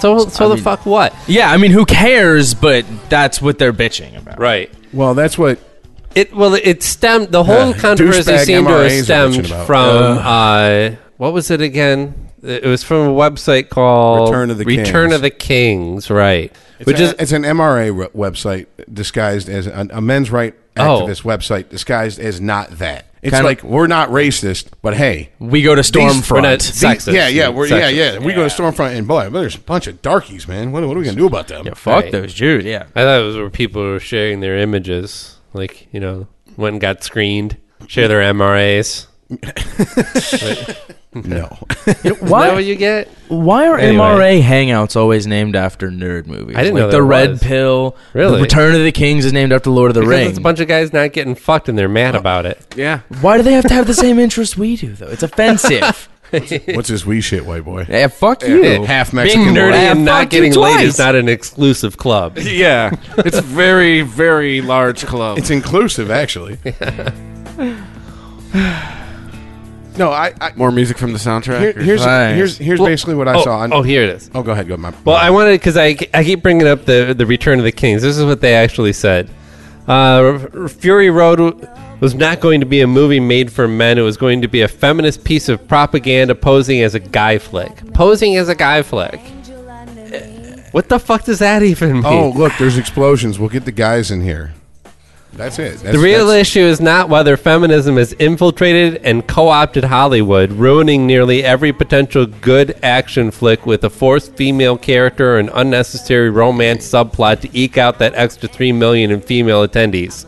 G: so so
H: I
G: the
H: mean-
G: fuck what?
H: Yeah, I mean, who cares? But that's what they're bitching about.
G: Right.
D: Well, that's what
G: It well, it stemmed the whole
D: Yeah,
G: controversy
D: douchebag
G: seemed to have
D: MRAs are what you're
G: stemmed
D: about.
G: from uh, what was it again? It was from a website called
D: Return of the
G: Return
D: Kings.
G: of the Kings, right?
D: Which
G: Which is
D: it's an MRA re- website disguised as an, a men's right
G: Oh.
D: activist website disguised as not that. It's
H: Kinda-
D: like we're not racist, but hey,
H: We go to
G: we're not-
H: Stormfront.
D: these-
G: Sexist.
D: yeah, yeah, we're, yeah,
G: Sexist.
D: yeah, We go to Stormfront and boy, there's a bunch of darkies, man. What, what are we gonna do about them?
H: Yeah, fuck
G: Right.
H: those Jews. Yeah.
G: I thought it was where people were sharing their images, like you know, went and got screened, share their MRAs.
D: No,
G: Is that
H: Why?
G: what you get?
H: Why are
G: Anyway.
H: MRA hangouts always named after nerd movies?
G: I didn't
H: like
G: know
H: the
G: there
H: Red
G: was.
H: Pill.
G: Really?
H: The Return of the Kings is named after Lord of the
G: Because it's
H: Rings.
G: a bunch of guys not getting fucked and they're mad about it.
C: Yeah.
H: Why do they have to have the same interests we do though? It's offensive.
D: what's this wee shit, white boy?
H: yeah, fuck you.
D: Half
G: Being
D: Mexican,
G: nerdy
D: half-
G: and not
H: fucked you
G: getting laid is
H: twice.
G: not an exclusive club.
C: Yeah. It's very, very large club.
D: It's inclusive, actually. no, I. I
C: More music from the soundtrack.
D: here,
C: or-
D: here's
H: Nice.
D: here's here's basically what I
G: oh,
D: saw. On,
G: oh, here it is.
D: oh, go ahead, go my.
G: Well, I wanted because I, I keep bringing up the the Return of the Kings. This is what they actually said. Uh, R- Fury Road w- was not going to be a movie made for men. It was going to be a feminist piece of propaganda posing as a guy flick. Posing as a guy flick. Eh, What the fuck does that even mean?
D: Oh, look, there's explosions. We'll get the guys in here. That's it. That's,
G: the real
D: that's-
G: issue is not whether feminism has infiltrated and co opted Hollywood, ruining nearly every potential good action flick with a forced female character or an unnecessary romance subplot to eke out that extra 3 million in female attendees.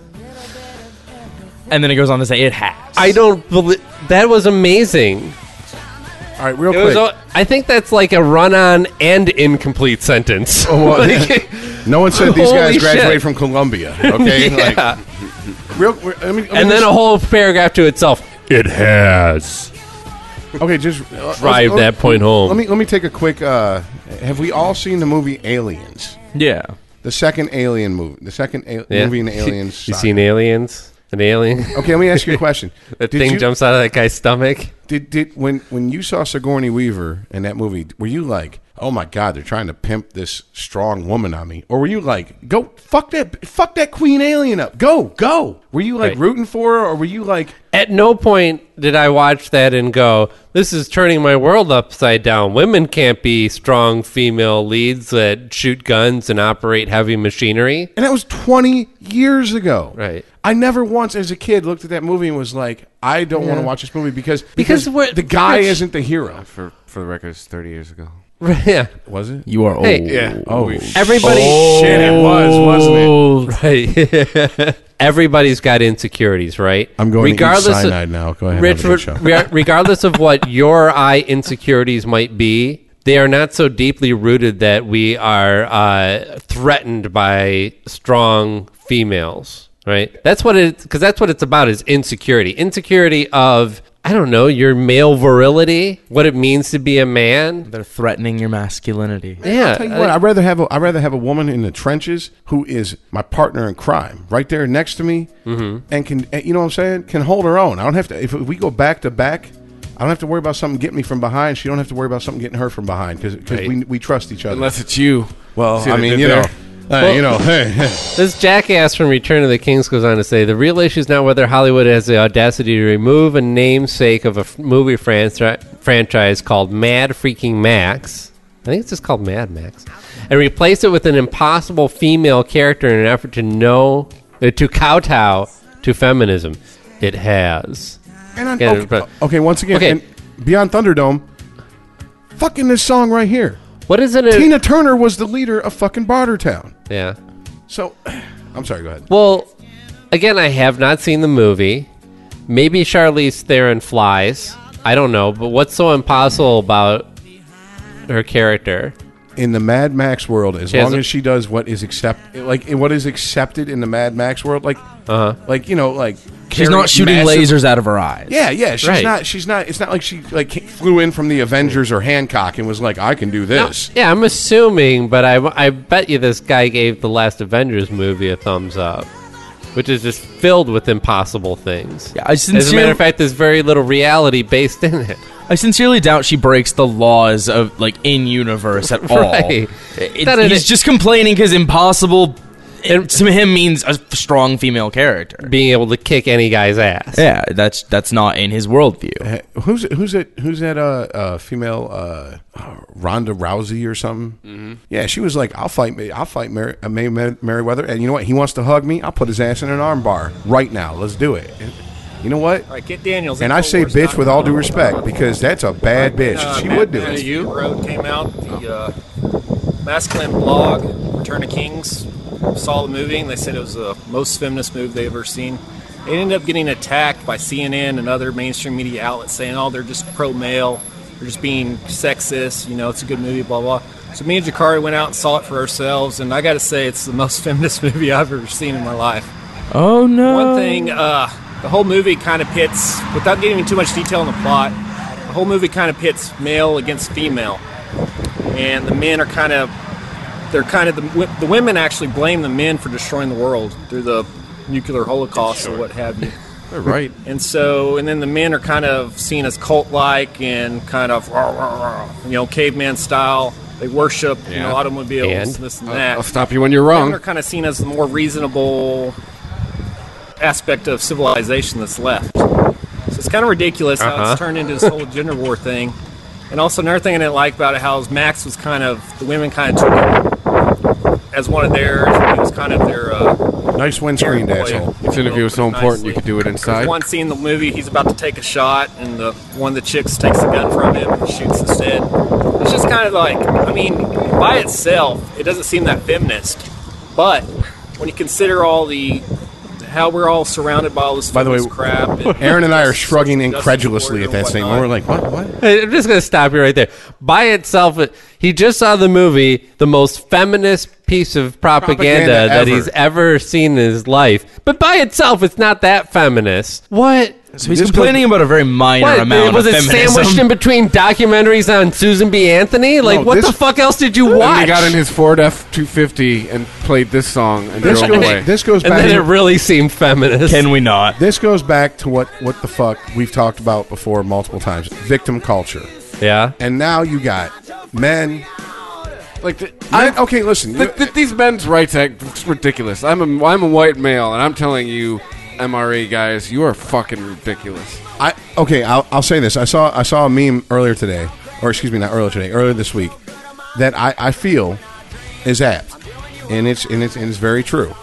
H: And then it goes on to say it has.
G: I don't believe. That was amazing.
D: All right, real
G: It was,
D: quick.
G: a- I think that's like a run on and incomplete sentence.
D: Oh, well, no one said these
G: Holy
D: guys graduated
G: shit.
D: from Columbia. Okay,
G: Yeah.
D: like, real. re- I mean, I mean,
G: and then
D: just-
G: a whole paragraph to itself. It has.
D: okay, just uh,
G: Drive
D: let-
G: that point home.
D: Let me let me take a quick. Uh, have we all seen the movie Aliens?
H: yeah.
D: The second Alien movie. The second a-
G: Yeah.
D: movie in the Aliens.
G: You
D: saga.
G: seen aliens? An alien?
D: Okay, let me ask you a question.
G: That
D: Did
G: thing
D: you-
G: jumps out of that guy's stomach.
D: Did did when when you saw Sigourney Weaver in that movie, were you like, "Oh my God, they're trying to pimp this strong woman on me," or were you like, "Go fuck that, fuck that Queen Alien up, go, go"? Were you like
G: Right.
D: rooting for her, or were you like,
G: At no point did I watch that and go, "This is turning my world upside down." Women can't be strong female leads that shoot guns and operate heavy machinery.
D: and that was twenty years ago,
G: Right.
D: I never once, as a kid, looked at that movie and was like, "I don't want to watch this movie because
G: Because
D: because,
G: we're-
D: the guy
G: we're-
D: isn't the hero."
C: Uh, for, for the record, it's 30 years ago.
G: yeah,
D: Was it?
H: You are old.
G: Hey,
C: Yeah.
D: Oh,
G: everybody.
D: shit, it was, wasn't it?
G: Right. Everybody's got insecurities, right?
D: I'm going to eat cyanide now. Go ahead, have a good
G: Rich,
D: show.
G: re- regardless of what your or I insecurities might be, they are not so deeply rooted that we are uh, threatened by strong females, right? That's what it because that's what it's about is insecurity. Insecurity of I don't know your male virility, what it means to be a man.
H: They're threatening your masculinity.
G: Yeah, uh,
D: I'll tell you what, I'd rather have a, I'd rather have a woman in the trenches who is my partner in crime, right there next to me, and can and you know what I'm saying? Can hold her own. I don't have to. If we go back to back, I don't have to worry about something getting me from behind. She don't have to worry about something getting her from behind because
G: Right.
D: we, we trust each other.
C: Unless it's you.
D: well,
C: See what
D: I
C: I
D: mean,
C: did
D: you know,
C: there?
D: hey, you know, hey, hey.
G: This jackass from Return of the Kings goes on to say the real issue is not whether Hollywood has the audacity to remove a namesake of a f- movie franchi- franchise called Mad Freaking Max. I think it's just called Mad Max, and replace it with an impossible female character in an effort to know uh, to kowtow to feminism. It has.
D: And on,
G: Yeah,
D: okay,
G: but-
D: okay, once again,
G: Okay.
D: and beyond Thunderdome, fucking this song right here.
G: What is it?
D: Tina Turner was the leader of fucking Bartertown.
G: yeah.
D: So, I'm sorry. Go ahead.
G: Well, again, I have not seen the movie. Maybe Charlize Theron flies. I don't know, but what's so impossible about her character?
D: in the Mad Max world, as
G: She has
D: long
G: a-
D: as she does what is accept like what is accepted in the Mad Max world, like like you know, like
H: She's not shooting lasers out of her eyes.
D: Yeah, yeah, she's
G: Right.
D: not. She's not. It's not like she like ca- flew in from the Avengers or Hancock and was like, I can do
G: Now-
D: this.
G: yeah, I'm assuming, but I, I bet you this guy gave the last Avengers movie a thumbs up, which is just filled with impossible things.
H: Yeah, I
G: As a matter
H: sincerely-
G: of fact, there's very little reality based in it.
H: I sincerely doubt she breaks the laws of like in universe at all.
G: Right.
H: It-
G: That it-
H: he's just complaining because impossible it, to him means a f- strong female character.
G: being able to kick any guy's ass.
H: Yeah, that's that's not in his worldview.
D: Eh, Who's who's that? Who's that? Uh, uh female uh, uh, Ronda Rousey or something?
J: Mm-hmm.
D: Yeah, she was like, "I'll fight, May- I'll fight Mer- uh, May- Mer- Merriweather," and you know what? He wants to hug me. I'll put his ass in an armbar right now. Let's do it. And you know what?
J: All right, get Daniels.
D: And I say bitch with all due respect because that's a bad bitch. She would do it.
J: uh, You road came out the uh, masculine blog, Return of Kings, saw the movie and they said it was the most feminist move they ever seen. It ended up getting attacked by CNN and other mainstream media outlets saying, "Oh, they're just pro male, they're just being sexist." You know, it's a good movie, blah blah. So me and Jakari went out and saw it for ourselves, and I got to say, it's the most feminist movie I've ever seen in my life.
H: Oh no!
J: One thing, uh, the whole movie kind of pits, without getting into too much detail in the plot, the whole movie kind of pits male against female. And the men are kind of, they're kind of, the, wo- the women actually blame the men for destroying the world through the nuclear holocaust or what have you.
D: Right.
J: And so, and then the men are kind of seen as cult-like and kind of, rah, rah, rah, you know, caveman style. They worship, you know, automobiles,
G: And?
J: this and that.
C: I'll stop you when you're wrong.
J: Women are kind of seen as the more reasonable aspect of civilization that's left. So it's kind of ridiculous how
G: Uh-huh.
J: it's turned into this whole gender war thing. And also another thing I didn't like about it, how is Max was kind of the women kind of took it as one of theirs. It was kind of their uh,
D: Nice windscreen,
J: Aaron Boyd.
D: asshole.
C: This interview was so important you could do it
J: There's
C: inside.
J: one scene in the movie, he's about to take a shot, and the one of the chicks takes the gun from him and shoots instead. It's just kind of like, I mean, by itself, it doesn't seem that feminist, but when you consider all the how we're all surrounded by all this
D: By the way,
J: feminist crap. and-
D: Aaron and I are shrugging
J: Justice
D: incredulously
J: warrior
D: at that
J: and
D: thing.
J: whatnot.
D: We're like, what? What?
G: I'm just gonna stop you right there. By itself, it- he just saw the movie, the most feminist piece of propaganda,
D: Propaganda
G: that
D: ever.
G: he's ever seen in his life. But by itself, it's not that feminist. What?
H: So he's complaining about a very minor
G: What
H: amount
G: was
H: of
G: it
H: feminism.
G: sandwiched in between documentaries on Susan B. Anthony? Like,
C: No,
G: what
C: this-
G: the fuck else did you
C: And
G: watch?
C: he got in his Ford F two fifty and played this song and
D: This
C: drove away.
D: goes, this goes
G: and
D: back.
G: then it really seemed feminist.
H: Can we not?
D: This goes back to what what the fuck we've talked about before multiple times. Victim culture,
G: yeah.
D: and now you got men.
C: like the,
D: men okay, listen.
C: th- th- these men's rights act it's ridiculous. I'm a I'm a white male and I'm telling you, MRE guys, you are fucking ridiculous.
D: I okay. I'll, I'll say this. I saw I saw a meme earlier today, or excuse me, not earlier today, earlier this week, that I, I feel is apt, and it's and it's and it's very true.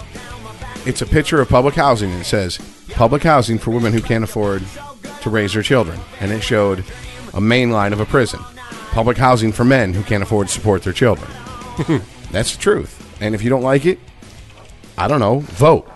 D: It's a picture of public housing, and it says public housing for women who can't afford to raise their children, and it showed a main line of a prison, public housing for men who can't afford to support their children. That's the truth, and if you don't like it, I don't know. Vote.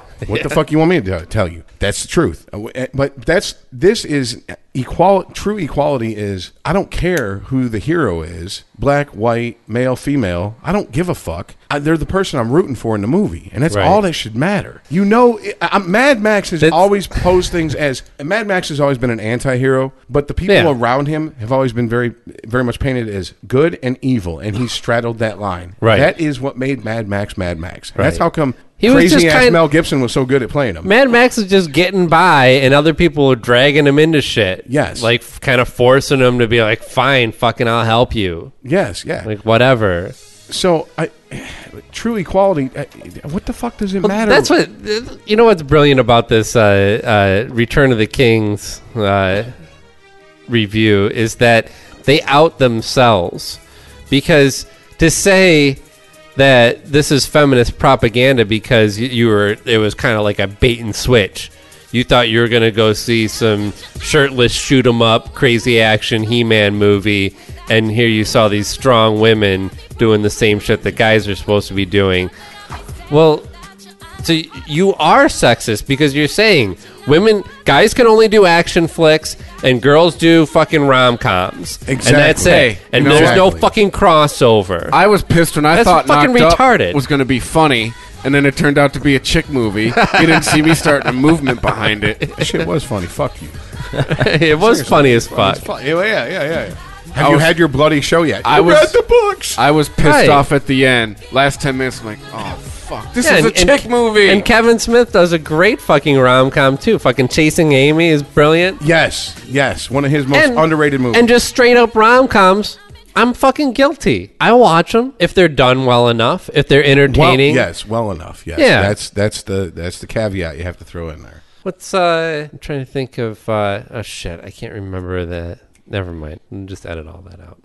D: What the fuck you want me to t- tell you? That's the truth. Uh, w- uh, But that's this is equal. True equality is I don't care who the hero is, black, white, male, female. I don't give a fuck. I, they're the person I'm rooting for in the movie, and that's
G: Right.
D: all that should matter. You know, eh, I- I'm, Mad Max has
G: That's-
D: always posed things as Mad Max has always been an anti-hero, but the people
G: Yeah.
D: around him have always been very, very much painted as good and evil, and he straddled that line.
G: Right.
D: That is what made Mad Max Mad Max. And That's
G: Right.
D: how come
G: He was
D: crazy
G: just
D: ass
G: trying-
D: Mel Gibson was so good at playing him.
G: Mad Max is just getting by, and other people are dragging him into shit.
D: Yes.
G: like f- kind of forcing him to be like, "Fine, fucking, I'll help you."
D: Yes, yeah.
G: Like whatever.
D: so, I, true equality. I, what the fuck does it matter?
G: That's what you know. What's brilliant about this uh, uh, Return of the Kings uh, review is that they out themselves because to say that this is feminist propaganda because you, you were it was kind of like a bait and switch. You thought you were going to go see some shirtless shoot 'em up crazy action He-Man movie and here you saw these strong women doing the same shit that guys are supposed to be doing. Well, so y- you are sexist because you're saying women, guys can only do action flicks and girls do fucking rom coms. And that's
D: Exactly.
G: it. And
D: You know,
G: there's no
D: exactly.
G: fucking crossover.
C: I was pissed when I
G: That's
C: thought
G: fucking
C: Knocked Up
G: retarded.
C: was going to be funny, and then it turned out to be a chick movie. you didn't see me starting a movement behind it.
D: That shit was funny. Fuck you.
G: it was funny as fuck.
D: It's fu- Yeah, yeah, yeah, yeah. Have
C: I
D: you
C: was-
D: had your bloody show yet?
C: I
D: You
C: was-
D: read the books.
C: I was pissed
G: Right.
C: off at the end. Last ten minutes, I'm like, oh fuck, this
G: Yeah,
C: is a
G: and- and-
C: chick movie.
G: And Kevin Smith does a great fucking rom com too. Fucking Chasing Amy is brilliant.
D: yes, yes. One of his most
G: And-
D: underrated movies.
G: And just straight up rom coms I'm fucking guilty. I watch them if they're done well enough, if they're entertaining.
D: Well, yes, well enough. Yes.
G: Yeah.
D: That's that's the that's the caveat you have to throw in there.
G: What's uh? I'm trying to think of uh. Oh shit, I can't remember that. Never mind. Just edit all that out.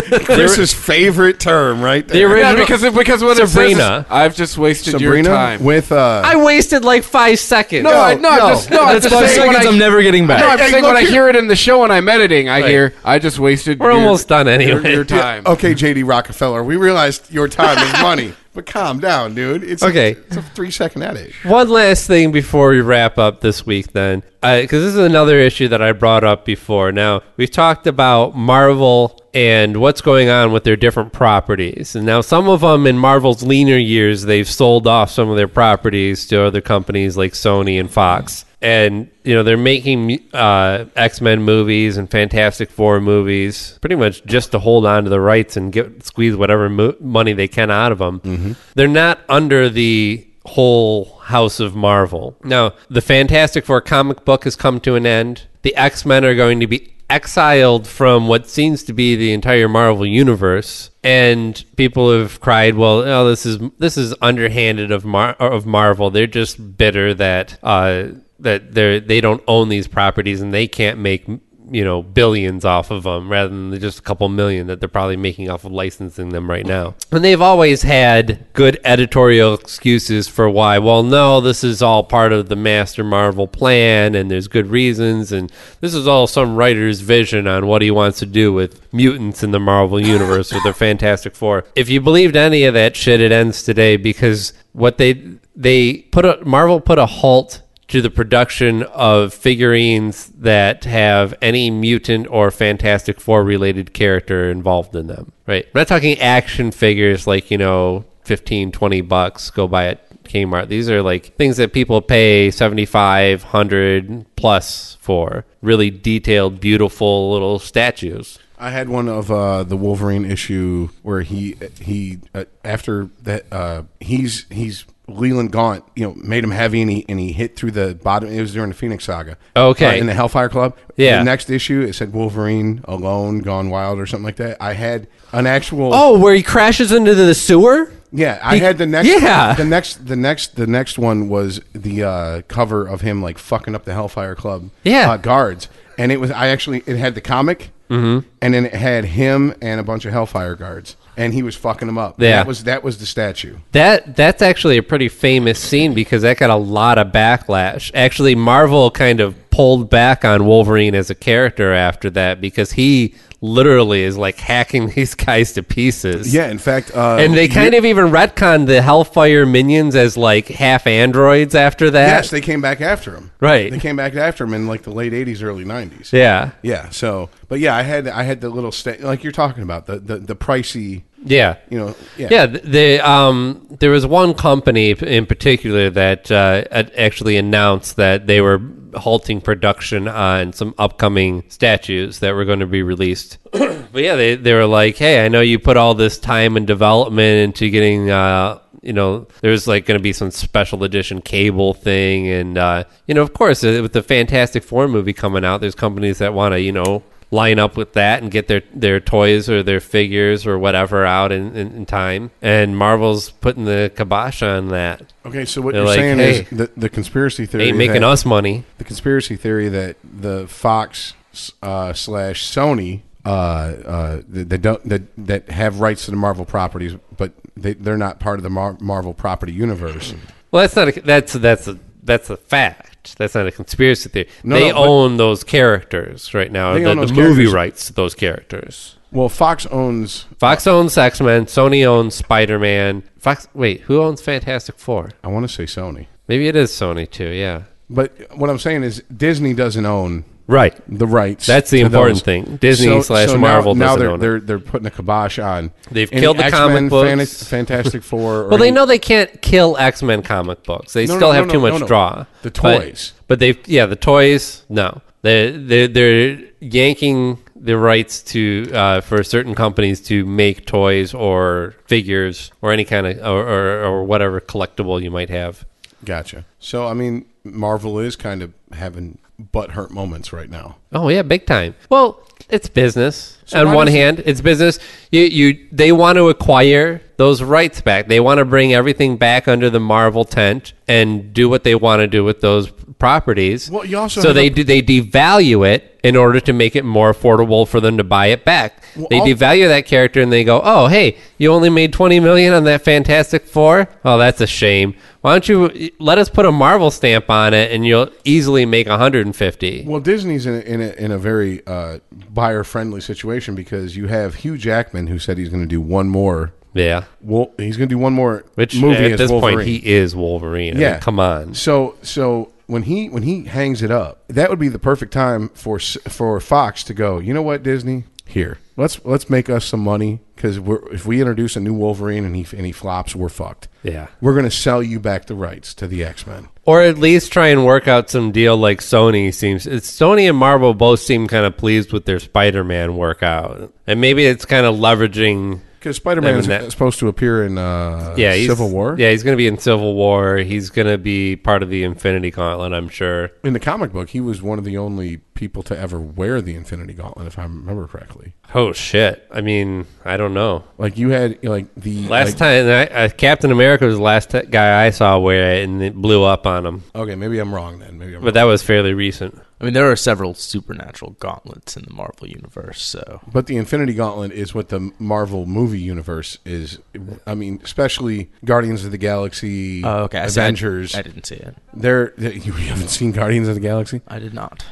D: Chris's favorite term, right?
G: The
D: there.
G: original.
C: because because what it says
G: Sabrina.
C: is, I've just wasted your
D: Sabrina
C: time.
D: with uh
G: I wasted like five seconds.
C: no, I, no, I'm just no. I'm
H: That's
C: just
H: five
C: saying when
H: seconds
C: I-
H: I'm never getting
C: No, I'm
H: back.
D: Hey,
C: saying when
D: look
C: I
D: here.
C: hear it in the show when I'm editing, I hear I just wasted.
G: We're
C: your-
G: almost done
C: your-
G: anyway.
C: Your time.
D: Okay, JD Rockefeller, we realized your time is money, but calm down, dude. It's
G: Okay.
D: it's a three second edit.
G: One last thing before we wrap up this week, then, because this is another issue that I brought up before. Now we've talked about Marvel and what's going on with their different properties, and now some of them in Marvel's leaner years, they've sold off some of their properties to other companies like Sony and Fox, and you know they're making uh, X Men movies and Fantastic Four movies, pretty much just to hold on to the rights and get squeeze whatever mo- money they can out of them. They're not under the whole House of Marvel. Now, the Fantastic Four comic book has come to an end. The X Men are going to be exiled from what seems to be the entire Marvel universe, and people have cried, "Well, oh, this is this is underhanded of Mar- of Marvel. They're just bitter that uh, that they they don't own these properties and they can't make." you know billions off of them rather than just a couple million that they're probably making off of licensing them right now and they've always had good editorial excuses for why well no this is all part of the master marvel plan and there's good reasons and this is all some writer's vision on what he wants to do with mutants in the marvel universe with their fantastic four if you believed any of that shit it ends today because what they they put a marvel put a halt to the production of figurines that have any mutant or Fantastic Four related character involved in them. Right. I'm not talking action figures like, you know, 15, 20 bucks, go buy it. Kmart. These are like things that people pay 75, 100 plus for. Really detailed, beautiful little statues.
D: I had one of uh, the Wolverine issue where he he uh, after that uh, he's he's Leland Gaunt you know made him heavy and he and he hit through the bottom. It was during the Phoenix Saga.
G: Oh, Okay.
D: Uh, in the Hellfire Club.
G: Yeah.
D: The next issue it said Wolverine alone, gone wild or something like that. I had an actual.
G: Oh, where he crashes into the sewer?
D: Yeah, I
G: He-
D: had the next.
G: Yeah.
D: the next, the next, the next one was the uh, cover of him like fucking up the Hellfire Club.
G: Yeah.
D: uh, guards, and it was I actually it had the comic,
G: Mm-hmm.
D: and then it had him and a bunch of Hellfire guards, and he was fucking them up. And
G: Yeah.
D: that was that was the statue.
G: That that's actually a pretty famous scene because that got a lot of backlash. Actually, Marvel kind of pulled back on Wolverine as a character after that because he literally is like hacking these guys to pieces.
D: Yeah, in fact, uh,
G: And they kind
D: you-
G: of even retconned the Hellfire minions as like half androids after that.
D: yes, they came back after him.
G: Right.
D: they came back after him in like the late '80s, early '90s.
G: yeah.
D: yeah. So, but yeah, I had I had the little sta- like you're talking about the the, the pricey.
G: Yeah.
D: You know, yeah.
G: Yeah, th- they, um, there was one company p- in particular that uh, had actually announced that they were halting production on some upcoming statues that were going to be released. but yeah, they, they were like, hey, I know you put all this time and development into getting, uh, you know, there's like going to be some special edition cable thing. And, uh, you know, of course, uh, with the Fantastic Four movie coming out, there's companies that want to, you know, line up with that and get their their toys or their figures or whatever out in, in, in time. And Marvel's putting the kibosh on that.
D: Okay, so what
G: They're
D: you're
G: like,
D: saying
G: hey,
D: is the, the conspiracy theory
G: Ain't making
D: that-
G: us money.
D: the conspiracy theory that the Fox uh, slash Sony uh, uh, that, that don't that that have rights to the Marvel properties, but they, they're not part of the Mar- Marvel property universe.
G: Well, that's not a, that's that's a that's a fact. That's not a conspiracy theory.
D: No,
G: they
D: no, but-
G: own those characters right now.
D: They
G: The,
D: own
G: the
D: those
G: movie
D: characters.
G: rights to those characters.
D: Well, Fox owns.
G: Fox owns X Men. Sony owns Spider Man. Fox. Wait, who owns Fantastic Four?
D: I want to say Sony,
G: Maybe it is Sony too. Yeah.
D: but what I'm saying is Disney doesn't own
G: Right.
D: the rights.
G: That's the
D: to
G: important
D: those.
G: thing. Disney slash
D: now-
G: Marvel
D: Now,
G: doesn't
D: they're
G: own it.
D: they're they're putting a kibosh on.
G: They've
D: any
G: killed the
D: X-Men,
G: comic books.
D: Fanta- Fantastic Four. or
G: Well, they
D: any-
G: know they can't kill X Men comic books. They
D: No,
G: still
D: no,
G: have
D: no,
G: too
D: no,
G: much
D: no, no.
G: draw.
D: The
G: But-
D: toys.
G: but, they've yeah, the toys. No, they they they're yanking the rights to uh, for certain companies to make toys or figures or any kind of or, or, or whatever collectible you might have.
D: Gotcha. So I mean, Marvel is kind of having butt hurt moments right now.
G: Oh yeah, big time. Well, it's business.
D: So
G: On
D: why
G: one
D: does-
G: hand, it's business. You, you, they want to acquire those rights back. They want to bring everything back under the Marvel tent and do what they want to do with those properties.
D: Well, you also
G: so
D: have
G: they
D: a-
G: do they devalue it in order to make it more affordable for them to buy it back. they
D: al-
G: devalue that character and they go, "Oh, hey, you only made 20 million on that Fantastic Four? Oh, that's a shame. Why don't you let us put a Marvel stamp on it and you'll easily make 150."
D: Well, Disney's in a, in a, in a very uh, buyer friendly situation because you have Hugh Jackman who said he's going to do one more.
G: Yeah.
D: Well, he's going to do one more
G: Which
D: movie
G: at
D: as
G: this
D: Wolverine.
G: point he is Wolverine. I mean, come on.
D: So so when he when he hangs it up, that would be the perfect time for S- for Fox to go. You know what, Disney? Here, let's let's make us some money because if we introduce a new Wolverine and he and he flops, we're fucked.
G: Yeah.
D: we're going to sell you back the rights to the X Men.
G: Or at least try and work out some deal like Sony seems. It's Sony and Marvel both seem kind of pleased with their Spider-Man workout. And maybe it's kind of leveraging
D: Because Spider
G: I
D: Man
G: mean,
D: is
G: that-
D: supposed to appear in uh,
G: yeah, he's-
D: Civil War.
G: Yeah, he's going to be in Civil War. He's going to be part of the Infinity Gauntlet, I'm sure.
D: In the comic book, he was one of the only people to ever wear the Infinity Gauntlet, if I remember correctly.
G: Oh shit. I mean, I don't know.
D: Like you had like the
G: Last
D: like-
G: time I, uh, Captain America was the last t- guy I saw wear it and it blew up on him.
D: Okay, maybe I'm wrong then. Maybe I'm
G: But that was fairly recent.
H: I mean, there are several supernatural gauntlets in the Marvel universe, so
D: But the Infinity Gauntlet is what the Marvel movie universe is. I mean, especially Guardians of the Galaxy,
H: Oh, okay. I see. I-
D: Avengers.
H: I, didn't see it.
D: They're, they- you haven't seen Guardians of the Galaxy. Uh,
H: I did not.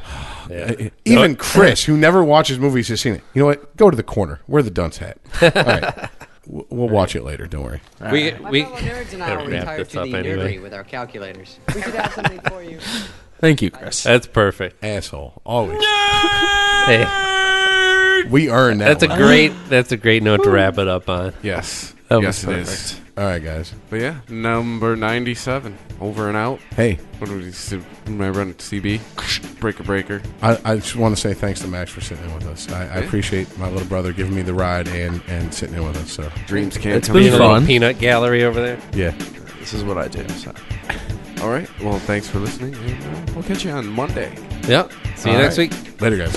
D: Even Chris, who never watches movies, has seen it. You know what? Go to the corner. Wear the dunce hat. All right. W- We'll watch it later. Don't worry.
G: We we
K: nerds and
G: I Gotta were wrap retired this to up the anyway. nerd
K: with our calculators. We should have something for you.
H: Thank you, Chris.
G: That's perfect.
D: Asshole. Always.
G: Hey,
D: We earn that.
G: that's a
D: one.
G: great that's a great note to wrap it up on.
C: Yes.
H: That
C: yes,
H: was
C: it is.
D: All right, guys.
C: But yeah, number 97. Over and out.
D: Hey,
C: What do we see? When I run CB, breaker breaker.
D: I, I just want to say thanks to Max for sitting in with us. I, I appreciate my little brother giving me the ride and, and sitting in with us. So,
C: Dreams can't
H: It's
C: come
H: been
G: You know,
C: true.
G: little
H: Fun.
G: peanut gallery over there.
D: yeah.
H: This is what I do. So.
C: All right. Well, thanks for listening. And uh, we'll catch you on Monday.
G: Yep. See you
D: All
G: next
D: right.
G: week.
D: Later, guys.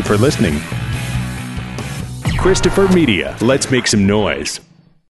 E: for listening. Christopher Media. Let's make some noise.